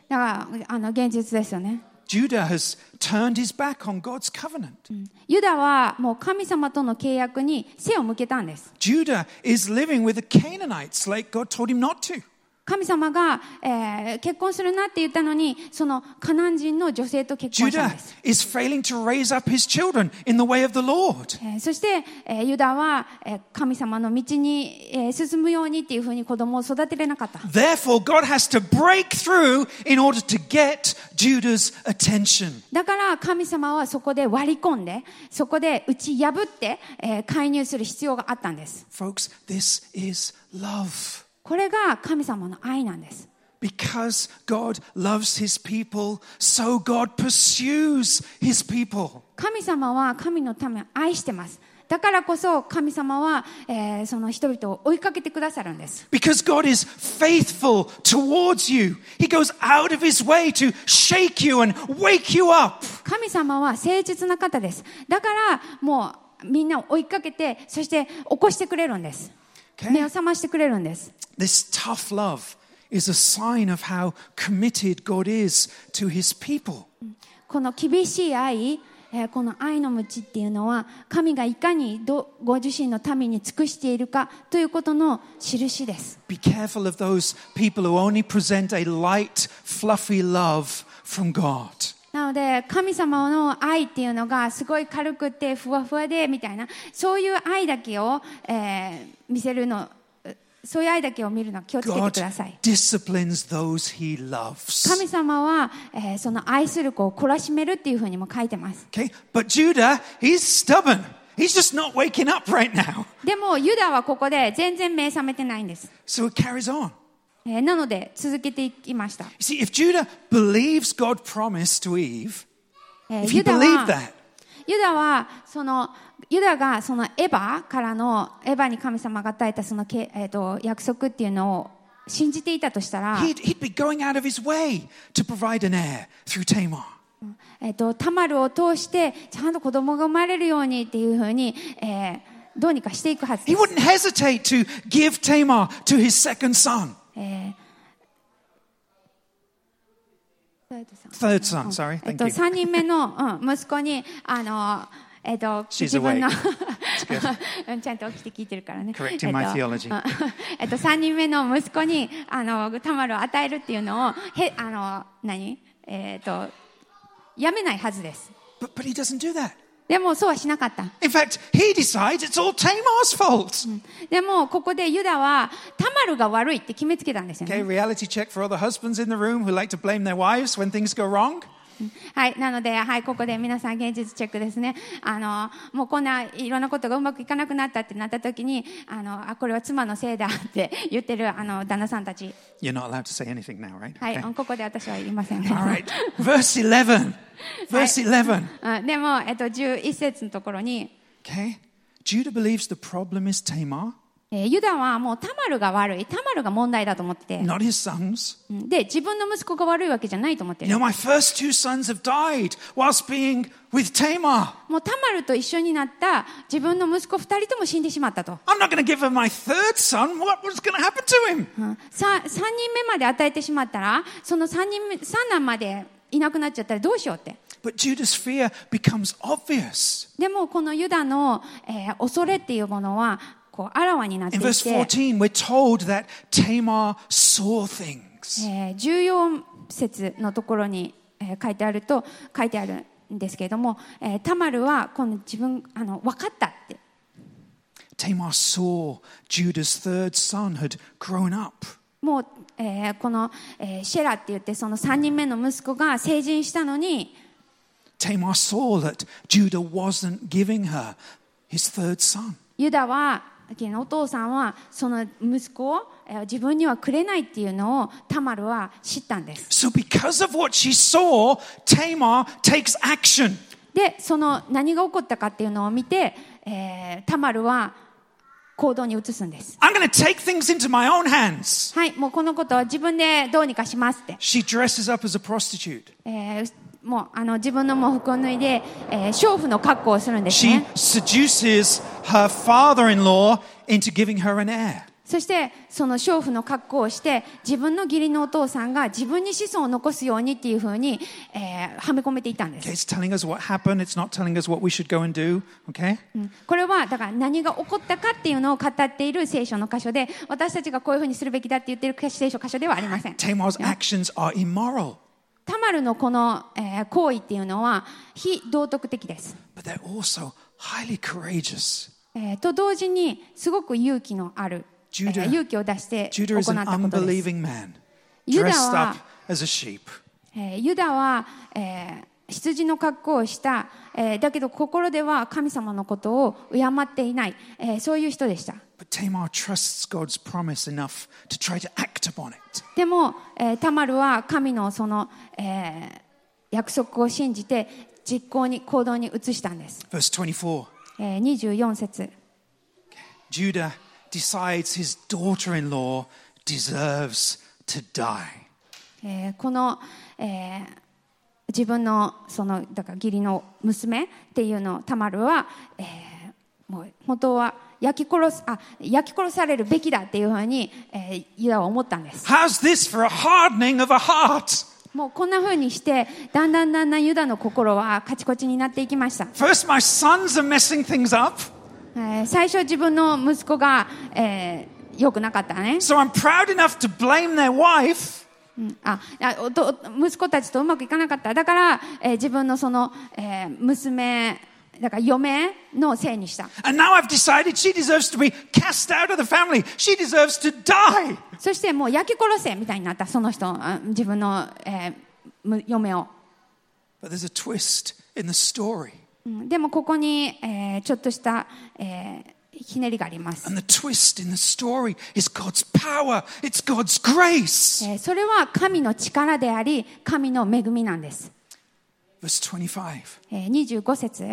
Speaker 2: だから、あの、現実ですよね。
Speaker 1: Judah has turned his back on God's covenant.
Speaker 2: ユダはもう神様との契約に背を向けたんです。
Speaker 1: Judah is living with the Canaanites like God told him not to.
Speaker 2: 神様が、えー結婚するなって言ったのに、そのカナン人の女性と結婚したん
Speaker 1: Judah
Speaker 2: です。
Speaker 1: is failing to raise up his children in the way of the Lord.
Speaker 2: えーそして、えーユダは、えー神様の道に、えー進むようにっていうふうに子供を育てれなかった。
Speaker 1: Therefore, God has to break through in order to get Judah's attention.
Speaker 2: だから神様はそこで割り込んで、そこで打ち破って、えー介入する必要があったんです。
Speaker 1: Folks, this is love.
Speaker 2: これが神様の愛なんです。
Speaker 1: Because God loves his people, so God pursues his people.
Speaker 2: 神様は神の民を愛してます。だからこそ神様は、えーその人々を追いかけてくださるんです。
Speaker 1: Because God is faithful towards you, he goes out of his way to shake you and wake you up.
Speaker 2: 神様は誠実な方です。だからもうみんなを追いかけて、そして起こしてくれるんです。
Speaker 1: Okay.
Speaker 2: 目を覚ましてくれるんです。
Speaker 1: This tough love is a sign of how committed God is to his people.
Speaker 2: この厳しい愛、えーこの愛の無知っていうのは神がいかにどご自身の民に尽くしているかということの印です
Speaker 1: Be careful of those people who only present a light, fluffy love from God.
Speaker 2: なので神様の愛っていうのがすごい軽くてふわふわでみたいなそういう愛だけを、えー見せるのうそういう愛だけを見るの気をつけてく
Speaker 1: God
Speaker 2: ださい
Speaker 1: disciplines those he loves.
Speaker 2: 神様は、えーその愛する子を懲らしめるっていうふうにも書いてます
Speaker 1: Okay, but Judah, he's stubborn. He's just not waking up right now.
Speaker 2: でもユダはここで全然目覚めてないんです、
Speaker 1: So it carries on.
Speaker 2: えーなので続けていきました
Speaker 1: You see, if Judah believes God promised to Eve,
Speaker 2: えー
Speaker 1: if he
Speaker 2: ユダ
Speaker 1: believed
Speaker 2: は
Speaker 1: that,
Speaker 2: ユダはそのユダがそのエヴァからのエヴァに神様が与えたそのけ、えー、と約束っていうのを信じていたとしたら、
Speaker 1: he'd, he'd be going out of his way to provide an heir through Tamar.
Speaker 2: えー、とタマルを通してちゃんと子供が生まれるようにっていうふうに、えーどうにかしていくはずで
Speaker 1: He
Speaker 2: す、
Speaker 1: wouldn't hesitate to give Tamar to his second son,
Speaker 2: えー
Speaker 1: third son, sorry.
Speaker 2: えっ
Speaker 1: Thank
Speaker 2: と、
Speaker 1: you.
Speaker 2: 3人目の、うん、息子にあ の、えっと、
Speaker 1: She's
Speaker 2: 自分の
Speaker 1: awake.
Speaker 2: うんちゃんと起きて聞いてるからね
Speaker 1: Correcting my
Speaker 2: えっと
Speaker 1: theology.
Speaker 2: うんえっと3人目の息子にあのタマルを与えるっていうのをへあの何、えっとやめないはずです
Speaker 1: But, but he doesn't do that.
Speaker 2: でもそうはしなかった
Speaker 1: In fact, he decides it's all Tamar's fault.
Speaker 2: でもここでユダはタマルが悪いって決めつけたんですよね
Speaker 1: Okay, reality check for all the husbands in the room who like to blame their wives when things go wrong.
Speaker 2: はい、なので、はい、ここで皆さん現実チェックですね。あの、もうこんないろんなことがうまくいかなくなったってなった時に、あの、あ、これは妻のせいだって 言ってる、あの、旦那さんたち。
Speaker 1: You're not allowed to say anything now, right?
Speaker 2: はい、
Speaker 1: Okay.
Speaker 2: ここで 私は言いません。
Speaker 1: All right. Verse 11. Verse 11.
Speaker 2: うんでも、えっと、11節のところに、
Speaker 1: Okay. Judah believes the problem is Tamar,
Speaker 2: えーユダはもうタマルが悪い、タマルが問題だと思ってて、
Speaker 1: not his sons.
Speaker 2: うんで、自分の息子が悪いわけじゃないと思って
Speaker 1: You
Speaker 2: る。
Speaker 1: know, my first two sons have died whilst being with Tamar.
Speaker 2: もうタマルと一緒になった自分の息子2人とも死んでしまったと。
Speaker 1: I'm not going to give her my third son. What was going to happen to him?
Speaker 2: さ3人目まで与えてしまったらその3人目三男までいなくなっちゃったらどうしようって
Speaker 1: But Judah's fear becomes obvious.
Speaker 2: でもこのユダの、えー恐れっていうものはこうあらわになってい
Speaker 1: In
Speaker 2: て、え
Speaker 1: verse 14, we're told that Tamar saw things.
Speaker 2: ー14節のところに、えー書いてあると書いてあるんですけれども、えータマルはこの自分あの分かったって
Speaker 1: Tamar saw Judah's third son had grown up.
Speaker 2: もう、えーこの、えーシェラって言ってその3人目の息子が成人したのに
Speaker 1: Tamar saw that Judah wasn't giving her his third son.
Speaker 2: ユダはお父さんはその息子をえー自分にはくれないっていうのをタマルは知ったんです
Speaker 1: So, because of what she saw, Tamar takes action.
Speaker 2: でその何が起こったかっていうのを見て、えータマルは行動に移すんです
Speaker 1: I'm going to take things into my own hands.
Speaker 2: はいもうこのことは自分でどうにかしますって、
Speaker 1: She dresses up as a prostitute.
Speaker 2: えーもうあの自分の喪服を脱いで、えー娼婦の格好をするんです
Speaker 1: She
Speaker 2: ね
Speaker 1: seduces her father in law into giving her an heir.
Speaker 2: そしてその娼婦の格好をして自分の義理のお父さんが自分に子孫を残すようにっていうふうに、えーはめ込めていたんです
Speaker 1: It's telling us what happened, it's not telling us what we should go and do, okay?
Speaker 2: これはだから何が起こったかっていうのを語っている聖書の箇所で私たちがこういうふうにするべきだって言ってる聖書箇所ではありません。
Speaker 1: Tamar's actions are immoral,
Speaker 2: タマルのこの、えー行為っていうのは非道徳的です。
Speaker 1: but they're also highly courageous.
Speaker 2: えーと同時にすごく勇気のある、えー
Speaker 1: Judah-
Speaker 2: 勇気を出して行
Speaker 1: Judah
Speaker 2: っ
Speaker 1: is an
Speaker 2: たことです。
Speaker 1: unbelieving man,
Speaker 2: Judah
Speaker 1: dressed
Speaker 2: は-
Speaker 1: up as a sheep.
Speaker 2: えーユダは、えー羊の格好をした、えーだけど心では神様のことを敬っていない、えーそういう人でした。
Speaker 1: But Tamar trusts God's promise enough to try to act upon it.
Speaker 2: でも、えータマルは神のその、えー約束を信じて実行に行動に移したんです、
Speaker 1: Verse 24
Speaker 2: えー24節
Speaker 1: Judah decides his daughter in law deserves to die.
Speaker 2: えーこの、えー自分のそのだから義理の娘っていうのをタマルは、えーもう本当は焼き殺すあ焼き殺されるべきだっていうふうに、えーユダは思ったんです。
Speaker 1: How's this for a hardening of a heart?
Speaker 2: もうこんなふうにしてだんだんだんだんユダの心はカチコチになっていきました、
Speaker 1: First, my sons are messing things up,
Speaker 2: えー最初自分の息子が、えー良くなかったね、
Speaker 1: so I'm proud enough to blame their wife.
Speaker 2: うんああおと息子たちとうまくいかなかっただから、えー自分のその、えー娘だから嫁のせいにした
Speaker 1: And now I've decided she deserves to be cast out of the family. She deserves to die.
Speaker 2: そしてもう焼き殺せみたいになったその人あ自分の、えーむ嫁を、
Speaker 1: But there's a twist in the story.
Speaker 2: うんでもここに、えーちょっとした、えーひねりがあります
Speaker 1: And the twist in the story is God's power, it's God's grace.
Speaker 2: えーそれは神の力であり神の恵みなんです、
Speaker 1: Verse 25
Speaker 2: えー25節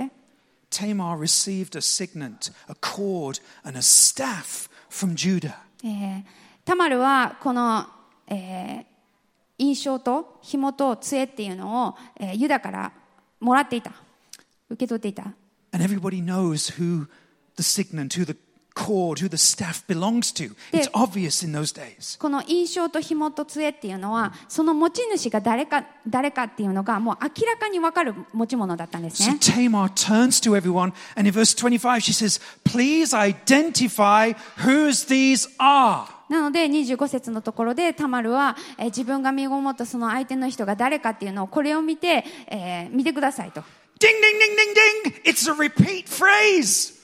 Speaker 1: Tamar received a signet, a cord, and a staff from Judah.
Speaker 2: えータマルはこの、えー印象と紐と杖っていうのを、えーユダからもらっていた受け取っていた
Speaker 1: And everybody knows who the signet, who the cord, who the staff belongs to. It's
Speaker 2: Yeah.
Speaker 1: obvious in those days.
Speaker 2: この印象と紐と杖っていうのはその持ち主が誰か誰かっていうのがもう明らかに分かる持ち物だったんです
Speaker 1: So
Speaker 2: ね
Speaker 1: Tamar turns to everyone, and in verse 25, she says, Please identify whose these are.
Speaker 2: なので25節のところでタマルは、えー自分が身ごもったその相手の人が誰かっていうのをこれを見て、えー見てくださいと
Speaker 1: Ding, ding, ding, ding, ding! It's a repeat phrase.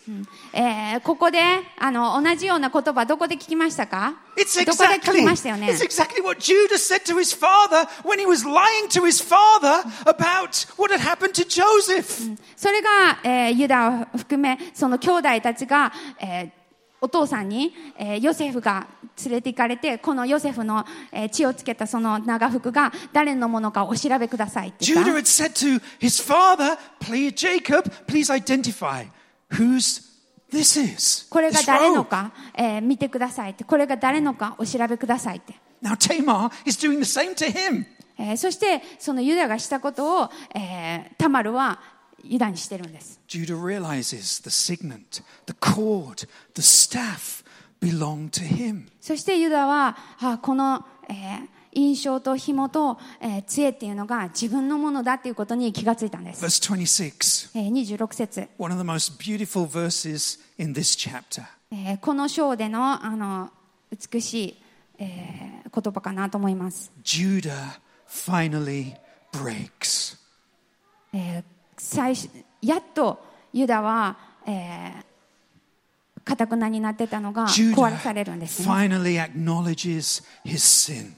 Speaker 2: えーここであの同じような言葉どこで聞きましたか
Speaker 1: It's
Speaker 2: どこで聞
Speaker 1: exactly,
Speaker 2: きましたよね
Speaker 1: it's exactly what Judah said to his father when he was lying to his father about what had happened to Joseph.
Speaker 2: それが、えーユダを含めその兄弟たちが、えーお父さんに、えーヨセフが連れて行かれてこのヨセフの、えー血をつけたその長服が誰のものかお調べくださいって言っ
Speaker 1: Judah
Speaker 2: た
Speaker 1: had said to his father, please, Jacob, please identify whose this is.
Speaker 2: これが
Speaker 1: this
Speaker 2: 誰の
Speaker 1: robe.
Speaker 2: か、えー見てくださいってこれが誰のかお調べくださいって、
Speaker 1: Now Tamar is doing the same to him.
Speaker 2: えーそしてそのユダがしたことを、えータマルはユダにしてるんです
Speaker 1: Judah realizes the signet, the cord, the staff belong to him.
Speaker 2: そしてユダはあこの、えー印象と紐と、えー杖っていうのが自分のものだっていうことに気がついたんです、
Speaker 1: Verse 26,
Speaker 2: えー26節、
Speaker 1: one of the most beautiful verses in this chapter.
Speaker 2: えーこの章でのあの美しい、えー言葉かなと思います、
Speaker 1: Judah finally breaks.
Speaker 2: えー最初やっとユダはかた、えー頑くなになってたのが壊れされる
Speaker 1: Judah
Speaker 2: んですね
Speaker 1: finally acknowledges his sin.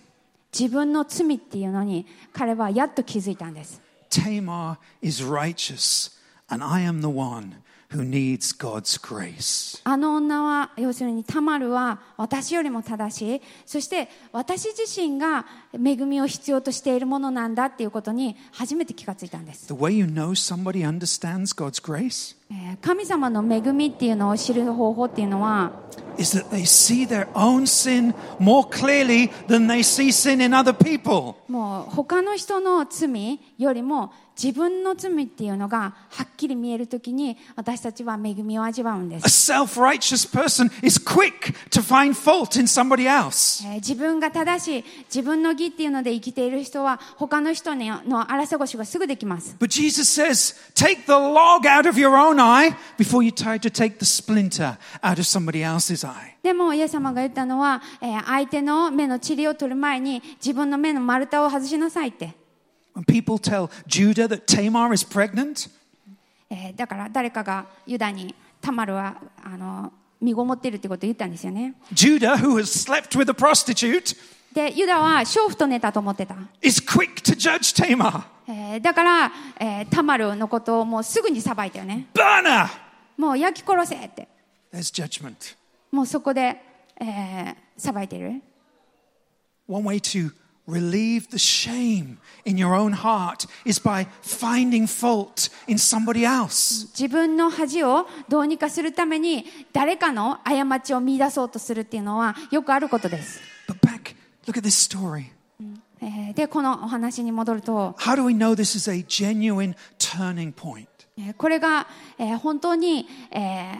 Speaker 2: 自分の罪っていうのに彼はやっと気づいたんです
Speaker 1: Tamar is righteous, and I am the one who needs God's grace.
Speaker 2: あの女は要するにタマルは私よりも正しいそして私自身が恵みを必要としているものなんだっていうことに初めて気がついたんです、
Speaker 1: The way you know somebody understands God's grace
Speaker 2: えー神様の恵みっていうのを知る方法っていうのは
Speaker 1: is that they see their own sin more clearly than they see sin in other people.
Speaker 2: もう他の人の罪よりも自分の罪っていうのがはっきり見えるときに私たちは恵みを味わうんです
Speaker 1: A self righteous person is quick to find fault in somebody else.
Speaker 2: えー自分が正しい自分の義っていうので生きている人は他の人にの争ごしがすぐできます
Speaker 1: But Jesus says, take the log out of your own eye before you try to take the splinter out of somebody else's eye.
Speaker 2: でも、イエス様が言ったのは、えー相手の目の塵を取る前に、自分の目の丸太を外しなさいって。
Speaker 1: When people tell Judah that Tamar is pregnant,
Speaker 2: えーだから、誰かがユダに、タマルは、あの、身ごもってるってことを言ったんですよね。
Speaker 1: Judah, who has slept with a prostitute,
Speaker 2: で、ユダは、娼婦と寝たと思ってた。
Speaker 1: is quick to judge Tamar.
Speaker 2: えーだから、えータマルのことをもうすぐに裁いたよね。
Speaker 1: Burner!
Speaker 2: もう焼き殺せって。
Speaker 1: There's judgment.
Speaker 2: ももうそこで、えー裁いてる
Speaker 1: One way to relieve the shame in your own heart is by finding fault in somebody else.
Speaker 2: 自分の恥をどうにかするために誰かの過ちを見出そうとするっていうのはよくあることです、
Speaker 1: But back, look at this story.
Speaker 2: えーでこのお話に戻ると、
Speaker 1: How do we know this is a genuine turning point?
Speaker 2: えーこれが、えー本当に、えー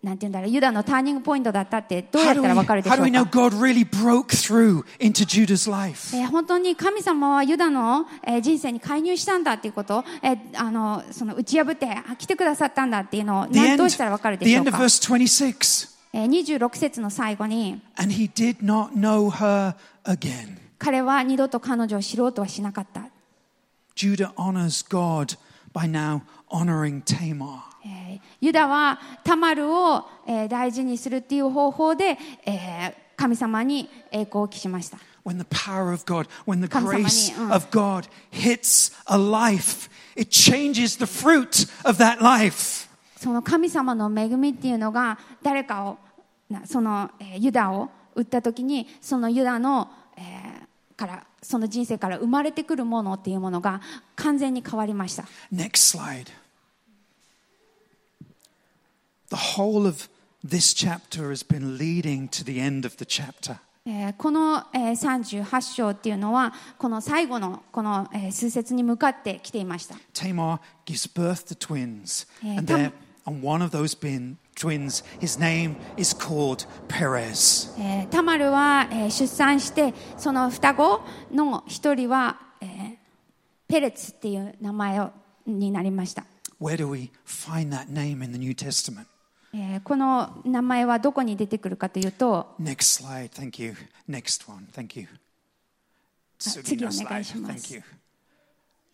Speaker 2: なんて言うんだろうユダのターニングポイントだったってどうや
Speaker 1: How
Speaker 2: った
Speaker 1: do
Speaker 2: らわか
Speaker 1: we,
Speaker 2: るでしょ
Speaker 1: how do we
Speaker 2: う
Speaker 1: know
Speaker 2: か
Speaker 1: God really broke through into Judah's life?
Speaker 2: えー本当に神様はユダの、えー人生に介入したんだっていうことを、えーあのその打ち破ってあ来てくださったんだっていうのを
Speaker 1: The
Speaker 2: な
Speaker 1: end,
Speaker 2: どうしたらわかるで
Speaker 1: the
Speaker 2: しょう
Speaker 1: end of
Speaker 2: か、
Speaker 1: verse 26.
Speaker 2: えー26節の最後に
Speaker 1: And he did not know her again.
Speaker 2: 彼は二度と彼女を知ろうとはしなかった
Speaker 1: Judah honors God by now honoring Tamar.
Speaker 2: えーユダはタマルを、えー大事にするっていう方法で、えー神様に栄光を期しました
Speaker 1: When the power of God, when the
Speaker 2: 神様に、
Speaker 1: grace
Speaker 2: うん。
Speaker 1: of God hits a life, it changes the fruit of that life.
Speaker 2: その神様の恵みっていうのが誰かをなその、えーユダを売った時にそのユダの、えーからその人生から生まれてくるものっていうものが完全に変わりました
Speaker 1: Next slide. The whole of this chapter has been leading to the end of the chapter.
Speaker 2: えーこの、えー38章っていうのはこの最後のこの、えー数節に向かってきていました
Speaker 1: Tamar gives birth to twins,
Speaker 2: Yeah,
Speaker 1: and,
Speaker 2: Tam-
Speaker 1: there, and one of those bin, twins, his name is called Perez.
Speaker 2: えータマルは、えー出産してその双子の一人は、えーペレツっていう名前をになりました、
Speaker 1: Where do we find that name in the New Testament?
Speaker 2: えーこの名前はどこに出てくるかというと
Speaker 1: Next slide, thank you. Next one, thank you.
Speaker 2: Tsugi-no
Speaker 1: slide,
Speaker 2: onegaishimasu.
Speaker 1: thank you.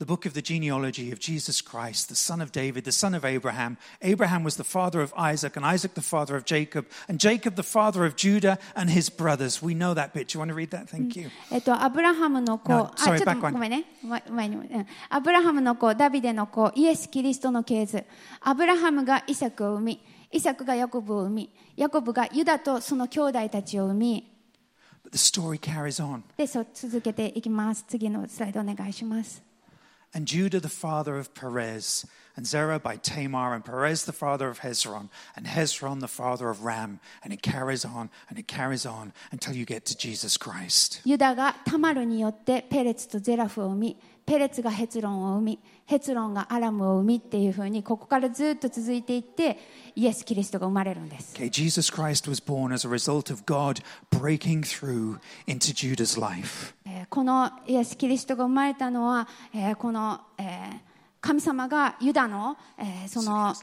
Speaker 1: The book of the genealogy of Jesus Christ, the son of David, the son of Abraham. Abraham was the father of Isaac, and Isaac the father of Jacob, and Jacob the father of Judah and his brothers. We know that bit. Do you want to read that? Thank you.
Speaker 2: えっと、アブラハムの子、
Speaker 1: No,
Speaker 2: あ、
Speaker 1: sorry,
Speaker 2: ちょっ
Speaker 1: back
Speaker 2: と
Speaker 1: one.
Speaker 2: ごめんね。前前に、うんアブラハムの子、ダビデの子、イエス・キリストの系図。アブラハムがイサクを生み、イサクがヤコブを生み、ヤコブがユダとその兄弟たちを生み、
Speaker 1: But the story carries on.
Speaker 2: で、そう続けていきます。次のスライドお願いします。
Speaker 1: and Judah the father of Perez, and Zerah by Tamar, and Perez the father of Hezron, and Hezron the father of Ram. And it carries on and it carries on until you get to Jesus Christ.
Speaker 2: ユダがタマルによってペレツとゼラフを生みペレツがヘツロンを生みヘツロンがアラムを生みっていうふうにここからずっと続いていってイエス・キリストが生まれるんです、
Speaker 1: Okay, Jesus Christ was born as a result of God breaking through into Judah's life.
Speaker 2: えーこのイエス・キリストが生まれたのは、えーこの、えー神様がユダの、えーその、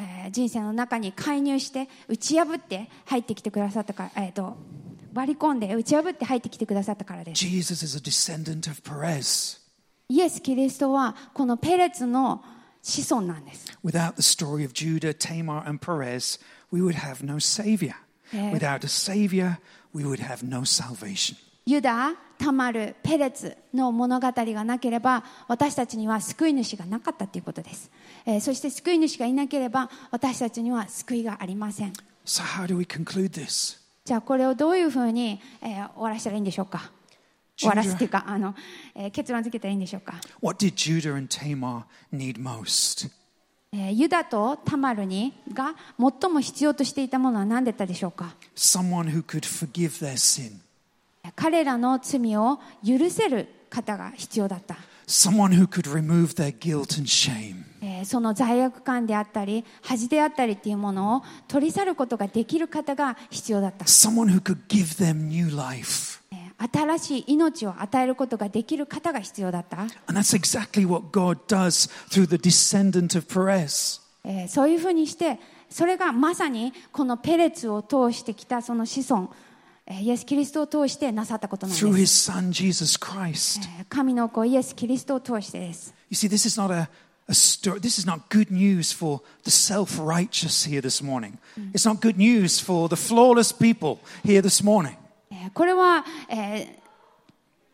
Speaker 2: えー人生の中に介入して打ち破って入ってきてくださったから、えー、と割り込んで打ち破って入ってきてくださったからです
Speaker 1: Jesus is a descendant of Perez.
Speaker 2: イエス・キリストはこのペレツの子孫なんです
Speaker 1: Without the story of Judah, Tamar, and Perez, we would have no savior.
Speaker 2: Yeah.
Speaker 1: Without a savior, we would have no salvation.
Speaker 2: ユダ、タマル、ペレツの物語がなければ私たちには救い主がなかったということです、えーそして救い主がいなければ私たちには救いがありません
Speaker 1: So, how do we conclude this?
Speaker 2: じゃあこれをどういうふうに、えー終わらせたらいいんでしょうか終わらすというかあの、えー結論付けたらいいんでしょうか、
Speaker 1: What did Judah and Tamar need most?
Speaker 2: えーユダとタマルにが最も必要としていたものは何だったでしょうか
Speaker 1: Someone who could forgive their sin,
Speaker 2: 彼らの罪を許せる方が必要だった
Speaker 1: someone who could remove their guilt and shame.
Speaker 2: えーその罪悪感であったり恥であったりっていうものを取り去ることができる方が必要だった、
Speaker 1: Someone who could give them new life.
Speaker 2: えー新しい命を与えることができる方が必要だった、
Speaker 1: And that's exactly what God does through the descendant of Perez.
Speaker 2: えーそういうふうにしてそれがまさにこのペレツを通してきたその子孫、えーイエス・キリストを通してなさったことなん
Speaker 1: Through
Speaker 2: です、
Speaker 1: his son, Jesus Christ.
Speaker 2: えー神の子イエス・キリストを通してです
Speaker 1: You see, this is not a, a story, this is not good news for the self righteous here this morning. It's not good news for the flawless people here this morning.
Speaker 2: えーこれは、えー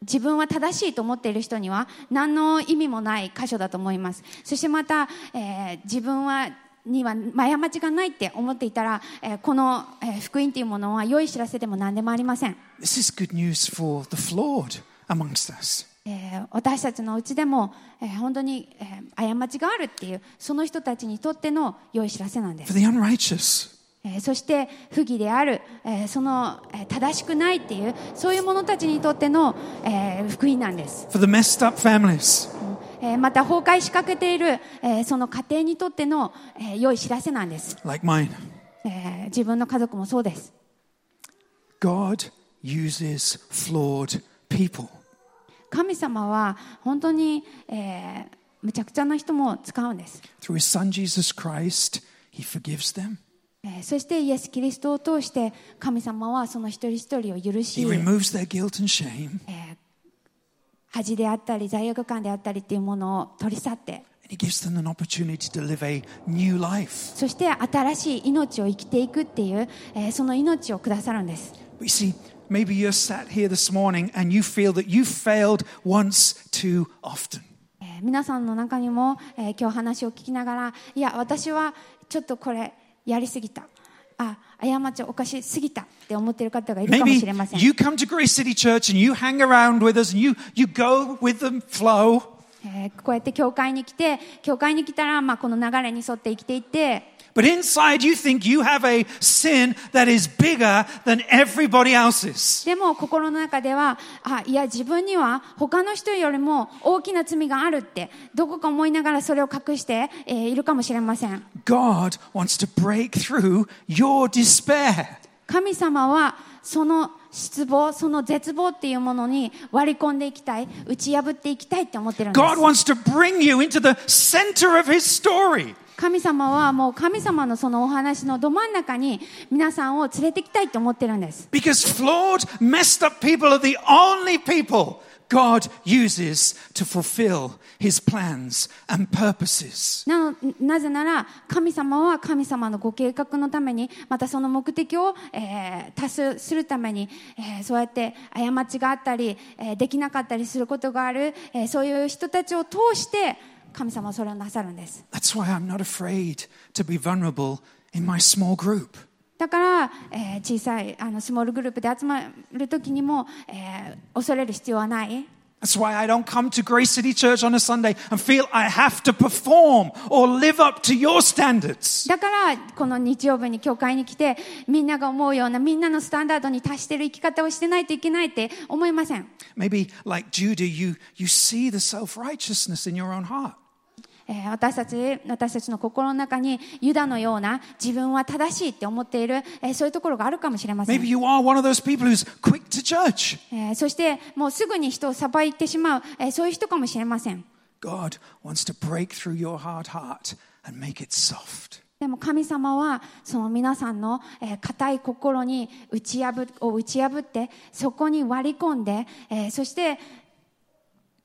Speaker 2: 自分は正しいと思っている人には何の意味もない箇所だと思いますそしてまた、えー自分はには過ちがないって思っていたら、えーこの、えー福音というものは良い知らせでも何でもありません、
Speaker 1: This is good news for the flawed amongst us.
Speaker 2: えー私たちのうちでも、えー本当に、えー過ちがあるっていうその人たちにとっての良い知らせなんです
Speaker 1: for the unrighteous.
Speaker 2: えーそして不義である、えーその、えー正しくないっていうそういう者たちにとっての、えー福音なんです、
Speaker 1: for the messed up families,
Speaker 2: えーまた崩壊しかけている、えーその家庭にとっての、えー良い知らせなんです、
Speaker 1: like mine.
Speaker 2: えー自分の家族もそうです、
Speaker 1: God uses flawed people.
Speaker 2: 神様は本当に、えーむちゃくちゃな人も使うんです、
Speaker 1: Through his son Jesus Christ, he forgives them.
Speaker 2: えーそしてイエス・キリストを通して神様はその一人一人を許
Speaker 1: He
Speaker 2: し
Speaker 1: removes their guilt and shame,
Speaker 2: 恥であったり罪悪感であったりっていうものを取り去って
Speaker 1: and he gives them an opportunity to live a new life.
Speaker 2: そして新しい命を生きていくっていう、えーその命をくださるんです、
Speaker 1: But you see, maybe you're sat here this morning and you feel that you failed once too often.
Speaker 2: えー皆さんの中にも、えー今日話を聞きながらいや私はちょっとこれやりすぎたあ過ちを犯しすぎたって思っている方がいるかも
Speaker 1: Maybe
Speaker 2: しれません、
Speaker 1: you come to Grace City Church and you hang around with us and you, you go with the flow,
Speaker 2: えーこうやって教会に来て教会に来たら、まあ、この流れに沿って生きていって、
Speaker 1: But inside, you think you have a sin that is bigger than everybody else's.
Speaker 2: でも心の中ではあいや自分には他の人よりも大きな罪があるってどこか思いながらそれを隠して、えーいるかもしれません
Speaker 1: God wants to break through your despair.
Speaker 2: 神様はその失望その絶望っていうものに割り込んでいきたい打ち破っていきたいって思ってるんです
Speaker 1: God wants to bring you into the center of His story.
Speaker 2: 神様はもう神様のそのお話のど真ん中に皆さんを連れてきたいって思ってるんです
Speaker 1: Because flawed, messed up people are the only people God uses to fulfill His plans and purposes.
Speaker 2: なのなぜなら神様は神様のご計画のためにまたその目的を、えー達成するために、えーそうやって過ちがあったり、えーできなかったりすることがある、えーそういう人たちを通して神様はそれをなさるんです
Speaker 1: That's why I'm not afraid to be vulnerable in my small group.
Speaker 2: だから、えー小さいあのスモールグループで集まる時にも、えー恐れる必要はない。
Speaker 1: That's why I don't come to Grace City Church on a Sunday and feel I have to perform or live up to your standards.
Speaker 2: だからこの日曜日に教会に来てみんなが思うようなみんなのスタンダードに達している生き方をしてないといけないって思いません、
Speaker 1: Maybe like Judah, you, you see the self-righteousness in your own heart.
Speaker 2: えー私たち私たちの心の中にユダのような自分は正しいって思っている、えーそういうところがあるかもしれませ
Speaker 1: Maybe
Speaker 2: ん、
Speaker 1: you are one of those people who's quick to judge.
Speaker 2: えーそしてもうすぐに人をさばいてしまう、えーそういう人かもしれません
Speaker 1: God wants to break through your hard heart and make it soft.
Speaker 2: でも神様はその皆さんのえー硬い心に打ち破を打ち破ってそこに割り込んでえーそして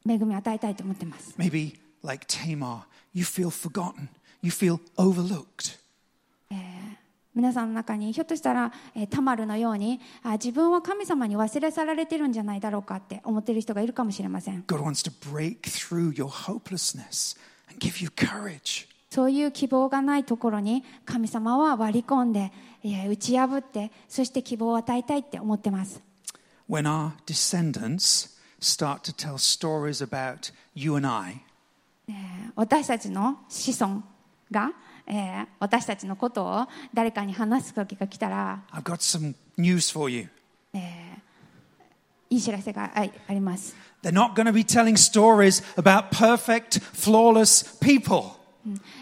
Speaker 2: 恵みを与えたいと思ってます、
Speaker 1: Maybe like Tamar, you feel forgotten. You feel overlooked.
Speaker 2: えー皆さんの中にひょっとしたらえータマルのようにあ自分は神様に忘れ去られてるんじゃないだろうかって思ってる人がいるかもしれません
Speaker 1: God wants to break through your hopelessness and give you courage.
Speaker 2: そういう希望がないところに神様は割り込んでえー打ち破ってそして希望を与えたいって思ってます
Speaker 1: when our descendants start to tell stories about you and I,
Speaker 2: 私たちの子孫が、えー私たちのことを誰かに話す時が来たら
Speaker 1: I've got some news for you.
Speaker 2: いい知らせがああります、
Speaker 1: They're not going to be telling stories about perfect, flawless people.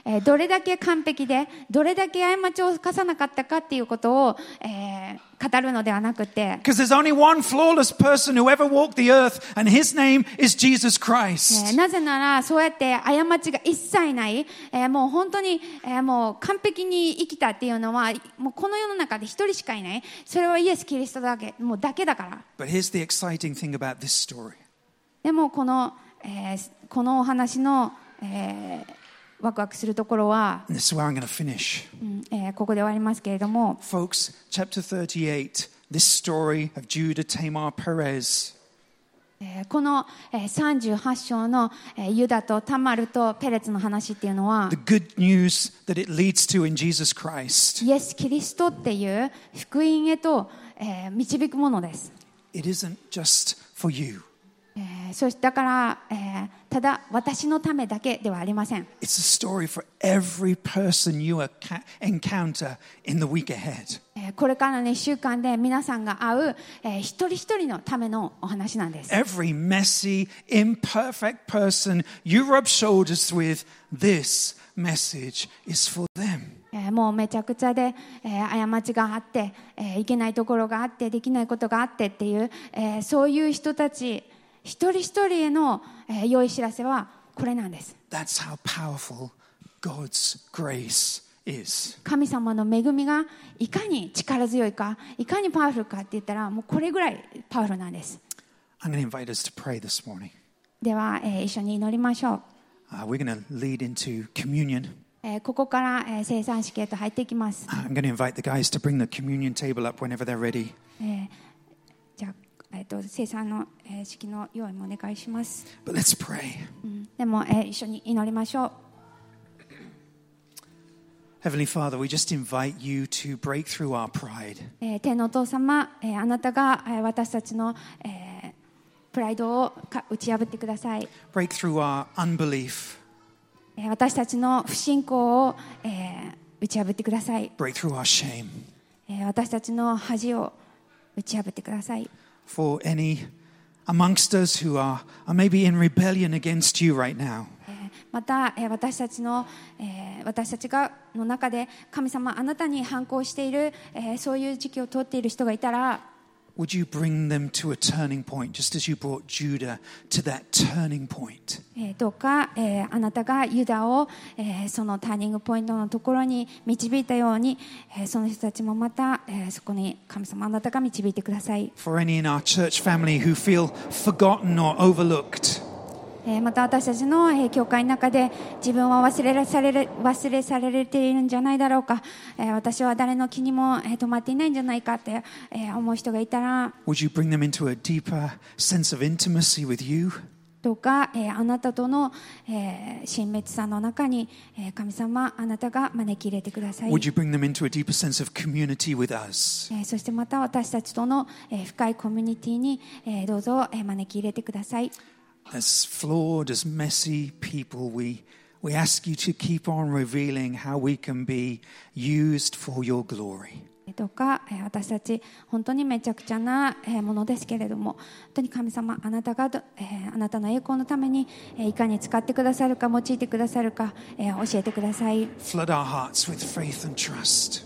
Speaker 2: えーどれだけ完璧でどれだけ過ちを犯さなかったかっていうことを、えー語るのではなくて、
Speaker 1: Because there's only one flawless person who ever walked the earth, and his name is Jesus
Speaker 2: え
Speaker 1: Christ.
Speaker 2: ーなぜならそうやって過ちが一切ない、えーもう本当に、えーもう完璧に生きたっていうのはもうこの世の中で一人しかいないそれはイエス・キリストだけもうだけだから。
Speaker 1: But here's the exciting thing about this story
Speaker 2: でもこの、えーこのお話の、えーワクワクするところは、
Speaker 1: and this is where I'm going to finish.
Speaker 2: うんえーここで終わりますけれども、
Speaker 1: Folks, chapter 38, this story of Judah Tamar Perez.
Speaker 2: ええーこのえー38章のえーユダとタマルとペレツの話っていうのは
Speaker 1: the good news that it leads to in Jesus Christ.
Speaker 2: イエス・キリストっていう福音へとえー導くものです
Speaker 1: It isn't just for you,
Speaker 2: えーそしてだから、えーただ私のためだけではありません
Speaker 1: it's a story for every person you acca- encounter in the week ahead.
Speaker 2: えーこれからの1週間で皆さんが会う、えー一人一人のためのお話なんです
Speaker 1: Every messy, imperfect person you rub shoulders with, this message is for them.
Speaker 2: えーもうめちゃくちゃで、えー過ちがあって、えーいけないところがあってできないことがあってっていう、えーそういう人たち一人一人への、えー良い知らせはこれなんです
Speaker 1: That's how powerful God's grace is.
Speaker 2: 神様の恵みがいかに力強いかいかにパワフルかって言ったらもうこれぐらいパワフルなんです
Speaker 1: I'm going to invite us to pray this morning.
Speaker 2: では、えー一緒に祈りましょう
Speaker 1: Uh, we're going to lead into communion. Uh,
Speaker 2: えーここから、えー生産式へと入っていきます、
Speaker 1: I'm going to invite the guys to bring the communion table up whenever they're ready.
Speaker 2: えーじゃあ、えーと生産の、えー式の用意もお願いします、
Speaker 1: But let's pray.
Speaker 2: うんでも、えー一緒に祈りましょう
Speaker 1: Heavenly Father, we just invite you to break through our pride.
Speaker 2: えー天のお父様、えーあなたがえー私たちの、えープライドをか打ち破ってください、
Speaker 1: break through our unbelief,
Speaker 2: えー私たちの不信仰を、えー打ち破ってください、
Speaker 1: break through our shame.
Speaker 2: えー私たちの恥を打ち破ってください、
Speaker 1: For any amongst us who are, are maybe in rebellion against you right now,
Speaker 2: えーまた、えー私たちの、えー私たちがの中で神様あなたに反抗している、えーそういう時期を通っている人がいたら
Speaker 1: would you bring them to a turning point, just as you brought Judah to that turning point?
Speaker 2: えーどうか、えーあなたがユダを、えーそのターニングポイントのところに導いたように、えーその人たちもまた、えーそこに神様あなたが導いてください、
Speaker 1: For any in our church family who feel forgotten or overlooked,
Speaker 2: えーまた私たちの、えー教会の中で自分は忘れらされる忘れされているんじゃないだろうか、えー私は誰の気にも、えー止まっていないんじゃないかって、えー思う人がいたら
Speaker 1: would you bring them into a deeper sense of intimacy with you?
Speaker 2: どうか、えーあなたとの、えー親密さの中に、えー神様あなたが招き入れてください
Speaker 1: Would you bring them into a deeper sense of community with us?
Speaker 2: えーそしてまた私たちとの、えー深いコミュニティに、えーどうぞ、えー招き入れてください、
Speaker 1: As flawed, as messy people, we, we ask you to keep on revealing how we can be used for your glory.
Speaker 2: えーどうか、えー私たち本当にめちゃくちゃな、えーものですけれども本当に神様あなたがど、えーあなたの栄光のために、えーいかに使ってくださるか用いてくださるか、えー教えてください
Speaker 1: Flood our hearts with faith and trust.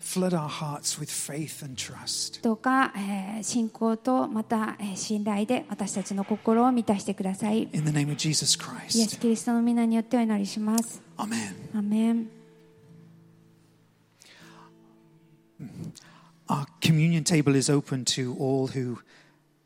Speaker 1: Flood our hearts with faith and trust.
Speaker 2: どうか、えー信仰とまた、えー信頼で私たちの心を満たしてください
Speaker 1: In the name of Jesus
Speaker 2: イエス・
Speaker 1: Christ.
Speaker 2: キリストの皆によってお祈りします。
Speaker 1: Amen.
Speaker 2: アーメン
Speaker 1: Our communion table is open to all who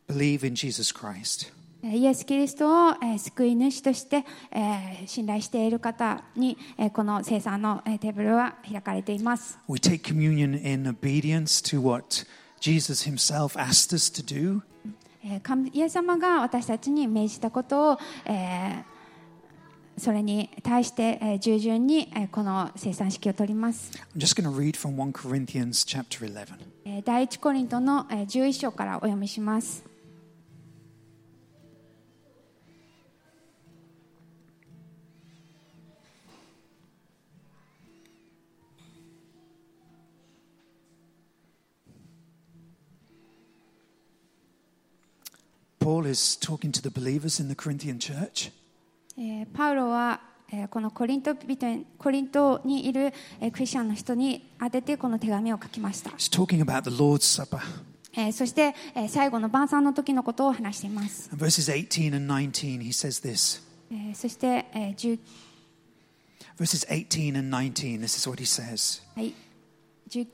Speaker 1: believe in Jesus Christ.
Speaker 2: えーイエス・キリストをえー救い主としてえー信頼している方にえーこの生産のえーテーブルは開かれています。
Speaker 1: We take communion in obedience to what Jesus himself asked us to do.
Speaker 2: えー神イエス様が私たちに命じたことをえーそれに対してえー従順にえーこの生産式を取ります。
Speaker 1: I'm just going to read from 1 Corinthians chapter 11.
Speaker 2: えー第一コリントのえー11章からお読みします。
Speaker 1: Paul is talking to the believers in the Corinthian church,
Speaker 2: えーパウロはえーこのコリント人へコリントにいるえークリスチャンの人に宛ててこの手紙を書きました。
Speaker 1: he's talking about the Lord's Supper.
Speaker 2: えーそして、えー最後の晩餐の時のことを話しています、
Speaker 1: And verses 18 and 19, he says this.
Speaker 2: えーそして、えー10
Speaker 1: Verses 18 and 19, this is what he says
Speaker 2: はい、10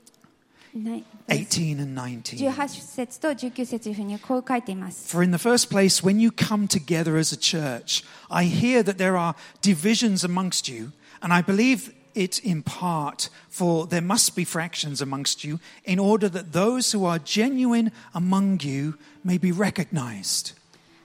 Speaker 2: ない
Speaker 1: 18 and 19.
Speaker 2: 18節と19節というふうにこう書いています、
Speaker 1: For in the first place, when you come together as a church, I hear that there are divisions amongst you, and I believe it in part, for there must be fractions amongst you, in order that those who are genuine among you may be recognized.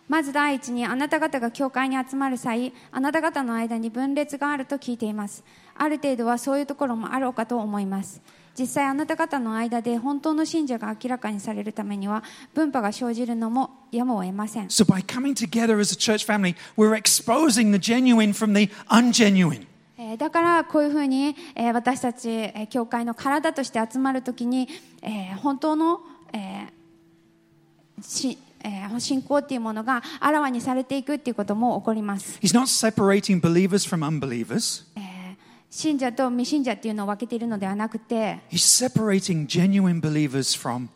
Speaker 2: まず第一にあなた方が教会に集まる際あなた方の間に分裂があると聞いていますある程度はそういうところもあろうかと思います実際あなた方の間で本当の信者が明らかにされるためには分派が生じるのもやむを得ません
Speaker 1: So by coming together as a church family, we're exposing the genuine from the ungenuine.
Speaker 2: えーだからこういうふうにえー私たちえー教会の体として集まるときにえー本当のえーしえー信仰っていうものがあらわにされていくっていうことも起こります
Speaker 1: He's not separating believers from unbelievers.
Speaker 2: えー信者と未信者っていうのを分けているのではなくて
Speaker 1: He's separating genuine believers from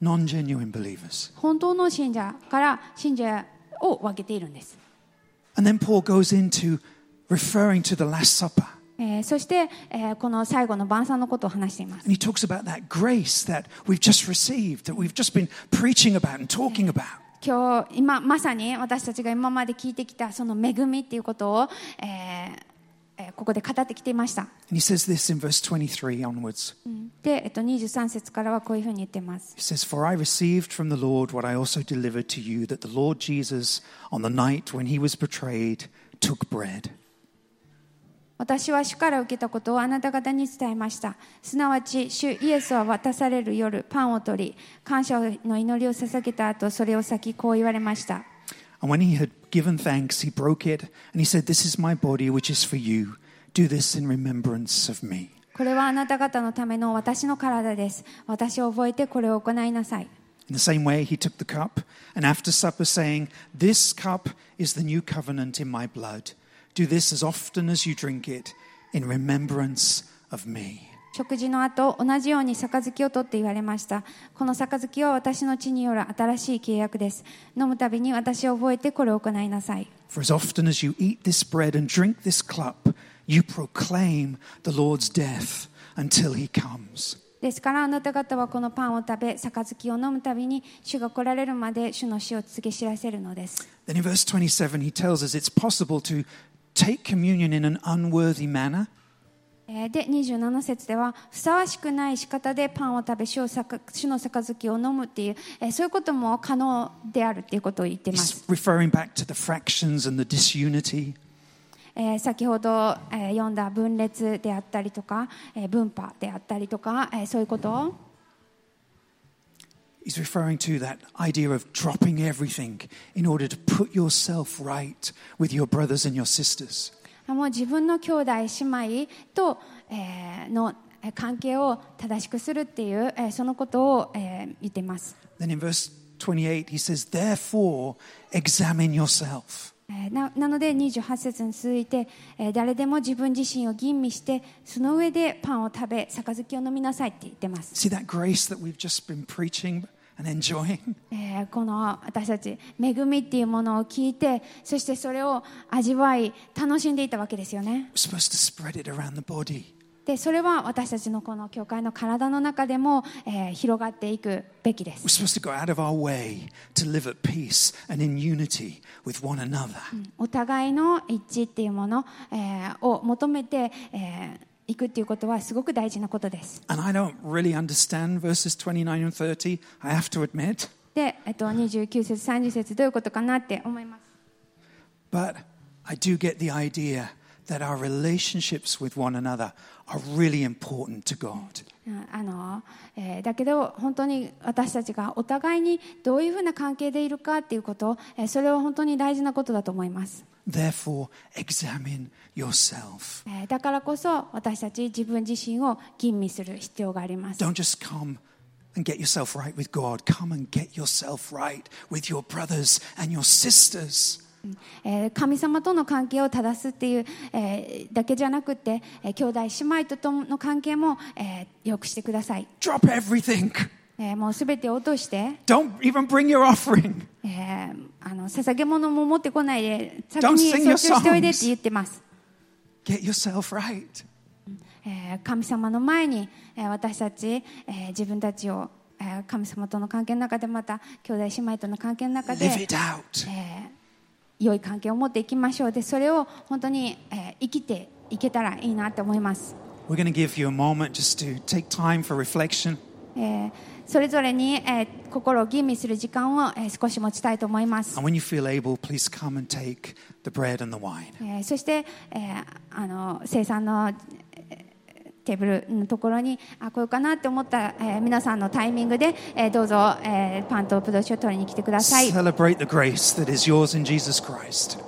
Speaker 1: non-genuine believers.
Speaker 2: 本当の信者から信者を分けているんです、
Speaker 1: And then Paul goes into referring to the Last Supper.
Speaker 2: えーそして、えーこの最後の晩餐のことを話しています
Speaker 1: And he talks about that grace that we've just received, that we've just been preaching about and talking about.
Speaker 2: 今日今まさに私たちが今まで聞いてきたその恵みっていうことを、えーえーここで語ってきていました
Speaker 1: And he says this in verse 23 onwards.
Speaker 2: で、えっと、23節からはこういうふうに言ってます
Speaker 1: He says, For I received from the Lord what I also delivered to you, that the Lord Jesus, on the night when he was betrayed, took bread.
Speaker 2: 私は主から受けたことをあなた方に伝えましたすなわち主イエスは渡される夜パンを取り感謝の祈りを捧げた後それを先こう言われました
Speaker 1: And when he had given thanks, he broke it, and he said, This is my body, which is for you. Do this in remembrance of me.
Speaker 2: これはあなた方のための私の体です私を覚えてこれを行いなさい
Speaker 1: In the same way, he took the cup, and after supper, saying, This cup is the new covenant in my blood. Do this as often as you drink it in remembrance of me.
Speaker 2: 食事の後同じように杯を取って言われましたこの杯は私の血による新しい契約です飲むたびに私を覚えてこれを行いなさい
Speaker 1: For as often as you eat this bread and drink this cup, you proclaim the Lord's death until he comes.
Speaker 2: ですからあなた方はこのパンを食べ杯を飲むたびに主が来られるまで主の死を告げ知らせるのです
Speaker 1: Then in verse 27, he tells us it's possible to take communion in an unworthy manner.
Speaker 2: えーで27節ではふさわしくない仕方でパンを食べ主をさか主の杯を飲むっていう、えーそういうことも可能であるっていうことを言っています
Speaker 1: He's referring back to the fractions and the disunity.
Speaker 2: えー先ほど、えー読んだ分裂であったりとか、えー分派であったりとか、えーそういうことを、
Speaker 1: He's referring to that idea of dropping everything in order to put yourself right with your brothers and your sisters.
Speaker 2: あもう自分の兄弟姉妹と、えーのえー関係を正しくするっていう、えーそのことを、えー言っています、
Speaker 1: Then in verse 28, he says, Therefore, examine yourself.
Speaker 2: えーななので28節に続いて、えー誰でも自分自身を吟味してその上でパンを食べ杯を飲みなさいって言ってます
Speaker 1: See that grace that we've just been preaching and enjoying?
Speaker 2: えーこの私たち恵みっていうものを聞いてそしてそれを味わい楽しんでいたわけですよね
Speaker 1: We're supposed to spread it around the body.
Speaker 2: でそれは私たちのこの教会の体の中でも、えー広がっていくべきで
Speaker 1: We're
Speaker 2: す
Speaker 1: supposed to go out of our way to live at peace and in unity with one another.
Speaker 2: お互いの一致っていうもの、えーを求めて、えーいくっていうことはすごく大事なことです
Speaker 1: And I don't really understand verses 29 and 30, I have to admit.
Speaker 2: で、えっと、29節30節どういうことかなって思います
Speaker 1: But I do get the idea that our relationships with one another are really important to God.
Speaker 2: うんあのえーだけど本当に私たちがお互いにどういうふうな関係でいるかっていうこと、えーそれは本当に大事なことだと思います、
Speaker 1: Therefore, examine yourself.
Speaker 2: えーだからこそ私たち自分自身を吟味する必要があります
Speaker 1: Don't just come and get yourself right with God. Come and get yourself right with your brothers and your sisters.
Speaker 2: えー神様との関係を正すっていう、えーだけじゃなくて、えー兄弟姉妹ととの関係も、えー良くしてください、
Speaker 1: Drop everything.
Speaker 2: えーもうすべてを落として、
Speaker 1: Don't even bring your offering.
Speaker 2: えーあの捧げ物も持ってこないで先
Speaker 1: Don't
Speaker 2: に
Speaker 1: sing your
Speaker 2: 尊重しておいでって言ってます、
Speaker 1: Get yourself right.
Speaker 2: えー神様の前に、えー私たち、えー自分たちを、えー神様との関係の中でまた兄弟姉妹との関係の中で
Speaker 1: Live it out.
Speaker 2: 良い関係を持っていきましょうでそれを本当に、えー生きていけたらいいなって思います、
Speaker 1: We're going to give you a moment just to take time for reflection.
Speaker 2: えーそれぞれに、えー心を吟味する時間を、えー少し持ちたいと思います
Speaker 1: And when you feel able, please come and take the bread and the wine.
Speaker 2: えーそして、えーあの生産のえーテーブルのところにあこういうかなって思った、えー皆さんのタイミングで、えーどうぞ、えーパンとブドウ酒を取りに来てください、
Speaker 1: Celebrate the grace that is yours in Jesus Christ.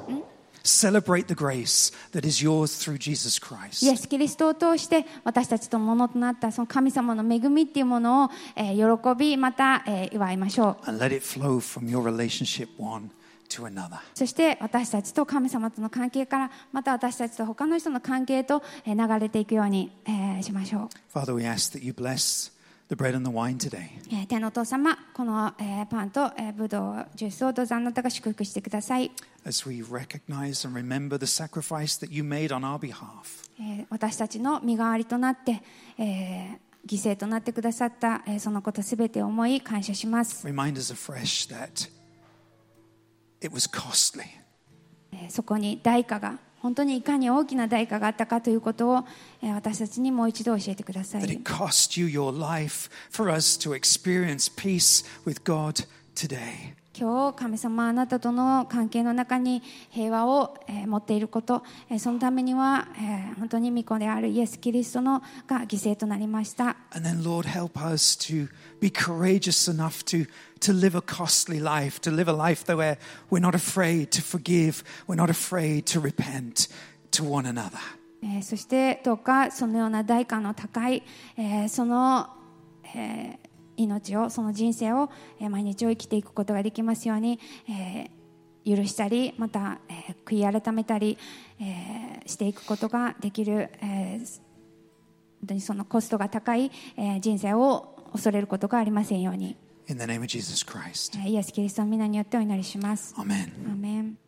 Speaker 1: Celebrate the grace that is yours through Jesus Christ.
Speaker 2: イエス・キリストを通して私たちとものとなったその神様の恵みっていうものを、えー喜びまた、えー祝いましょう
Speaker 1: And let it flow from your relationship one to another.
Speaker 2: そして私たちと神様との関係からまた私たちと他の人の関係とえー流れていくように、えーしましょう
Speaker 1: Father, we ask that you bless the bread and the wine today.
Speaker 2: えー天のお父様、この、えーパンと、えーブドウジュースをどうぞあなたが祝福してください、
Speaker 1: as we recognize and remember the sacrifice that you made on our behalf.
Speaker 2: えー私たちの身代わりとなって、えー犠牲となってくださった、えーそのことすべてを思い感謝します、
Speaker 1: Remind us afresh that it was costly,
Speaker 2: えーそこに代価が本当にいかに大きな代価があったかということを、えー私たちにもう一度教えてくださ
Speaker 1: that
Speaker 2: い
Speaker 1: it cost you your life for us to experience peace with God today.
Speaker 2: 今日神様あなたとの関係の中に平和を、えー持っていること、えーそのためには、えー本当に御子であるイエス・キリストのが犠牲となりました、
Speaker 1: And then, Lord, help us to be courageous enough to, to live a costly life, to live a life that we're, we're not afraid to forgive, we're not afraid to repent to one another.
Speaker 2: えーそしてどうかそのような代価の高い、えーその、えー命をその人生を、えー毎日を生きていくことができますように、えー許したりまた、えー悔い改めたり、えーしていくことができる、えー本当にそのコストが高い、えー人生を恐れることがありませんように、
Speaker 1: In the name of Jesus Christ.
Speaker 2: えーイエス・キリストの皆によってお祈りします。
Speaker 1: Amen.
Speaker 2: アーメン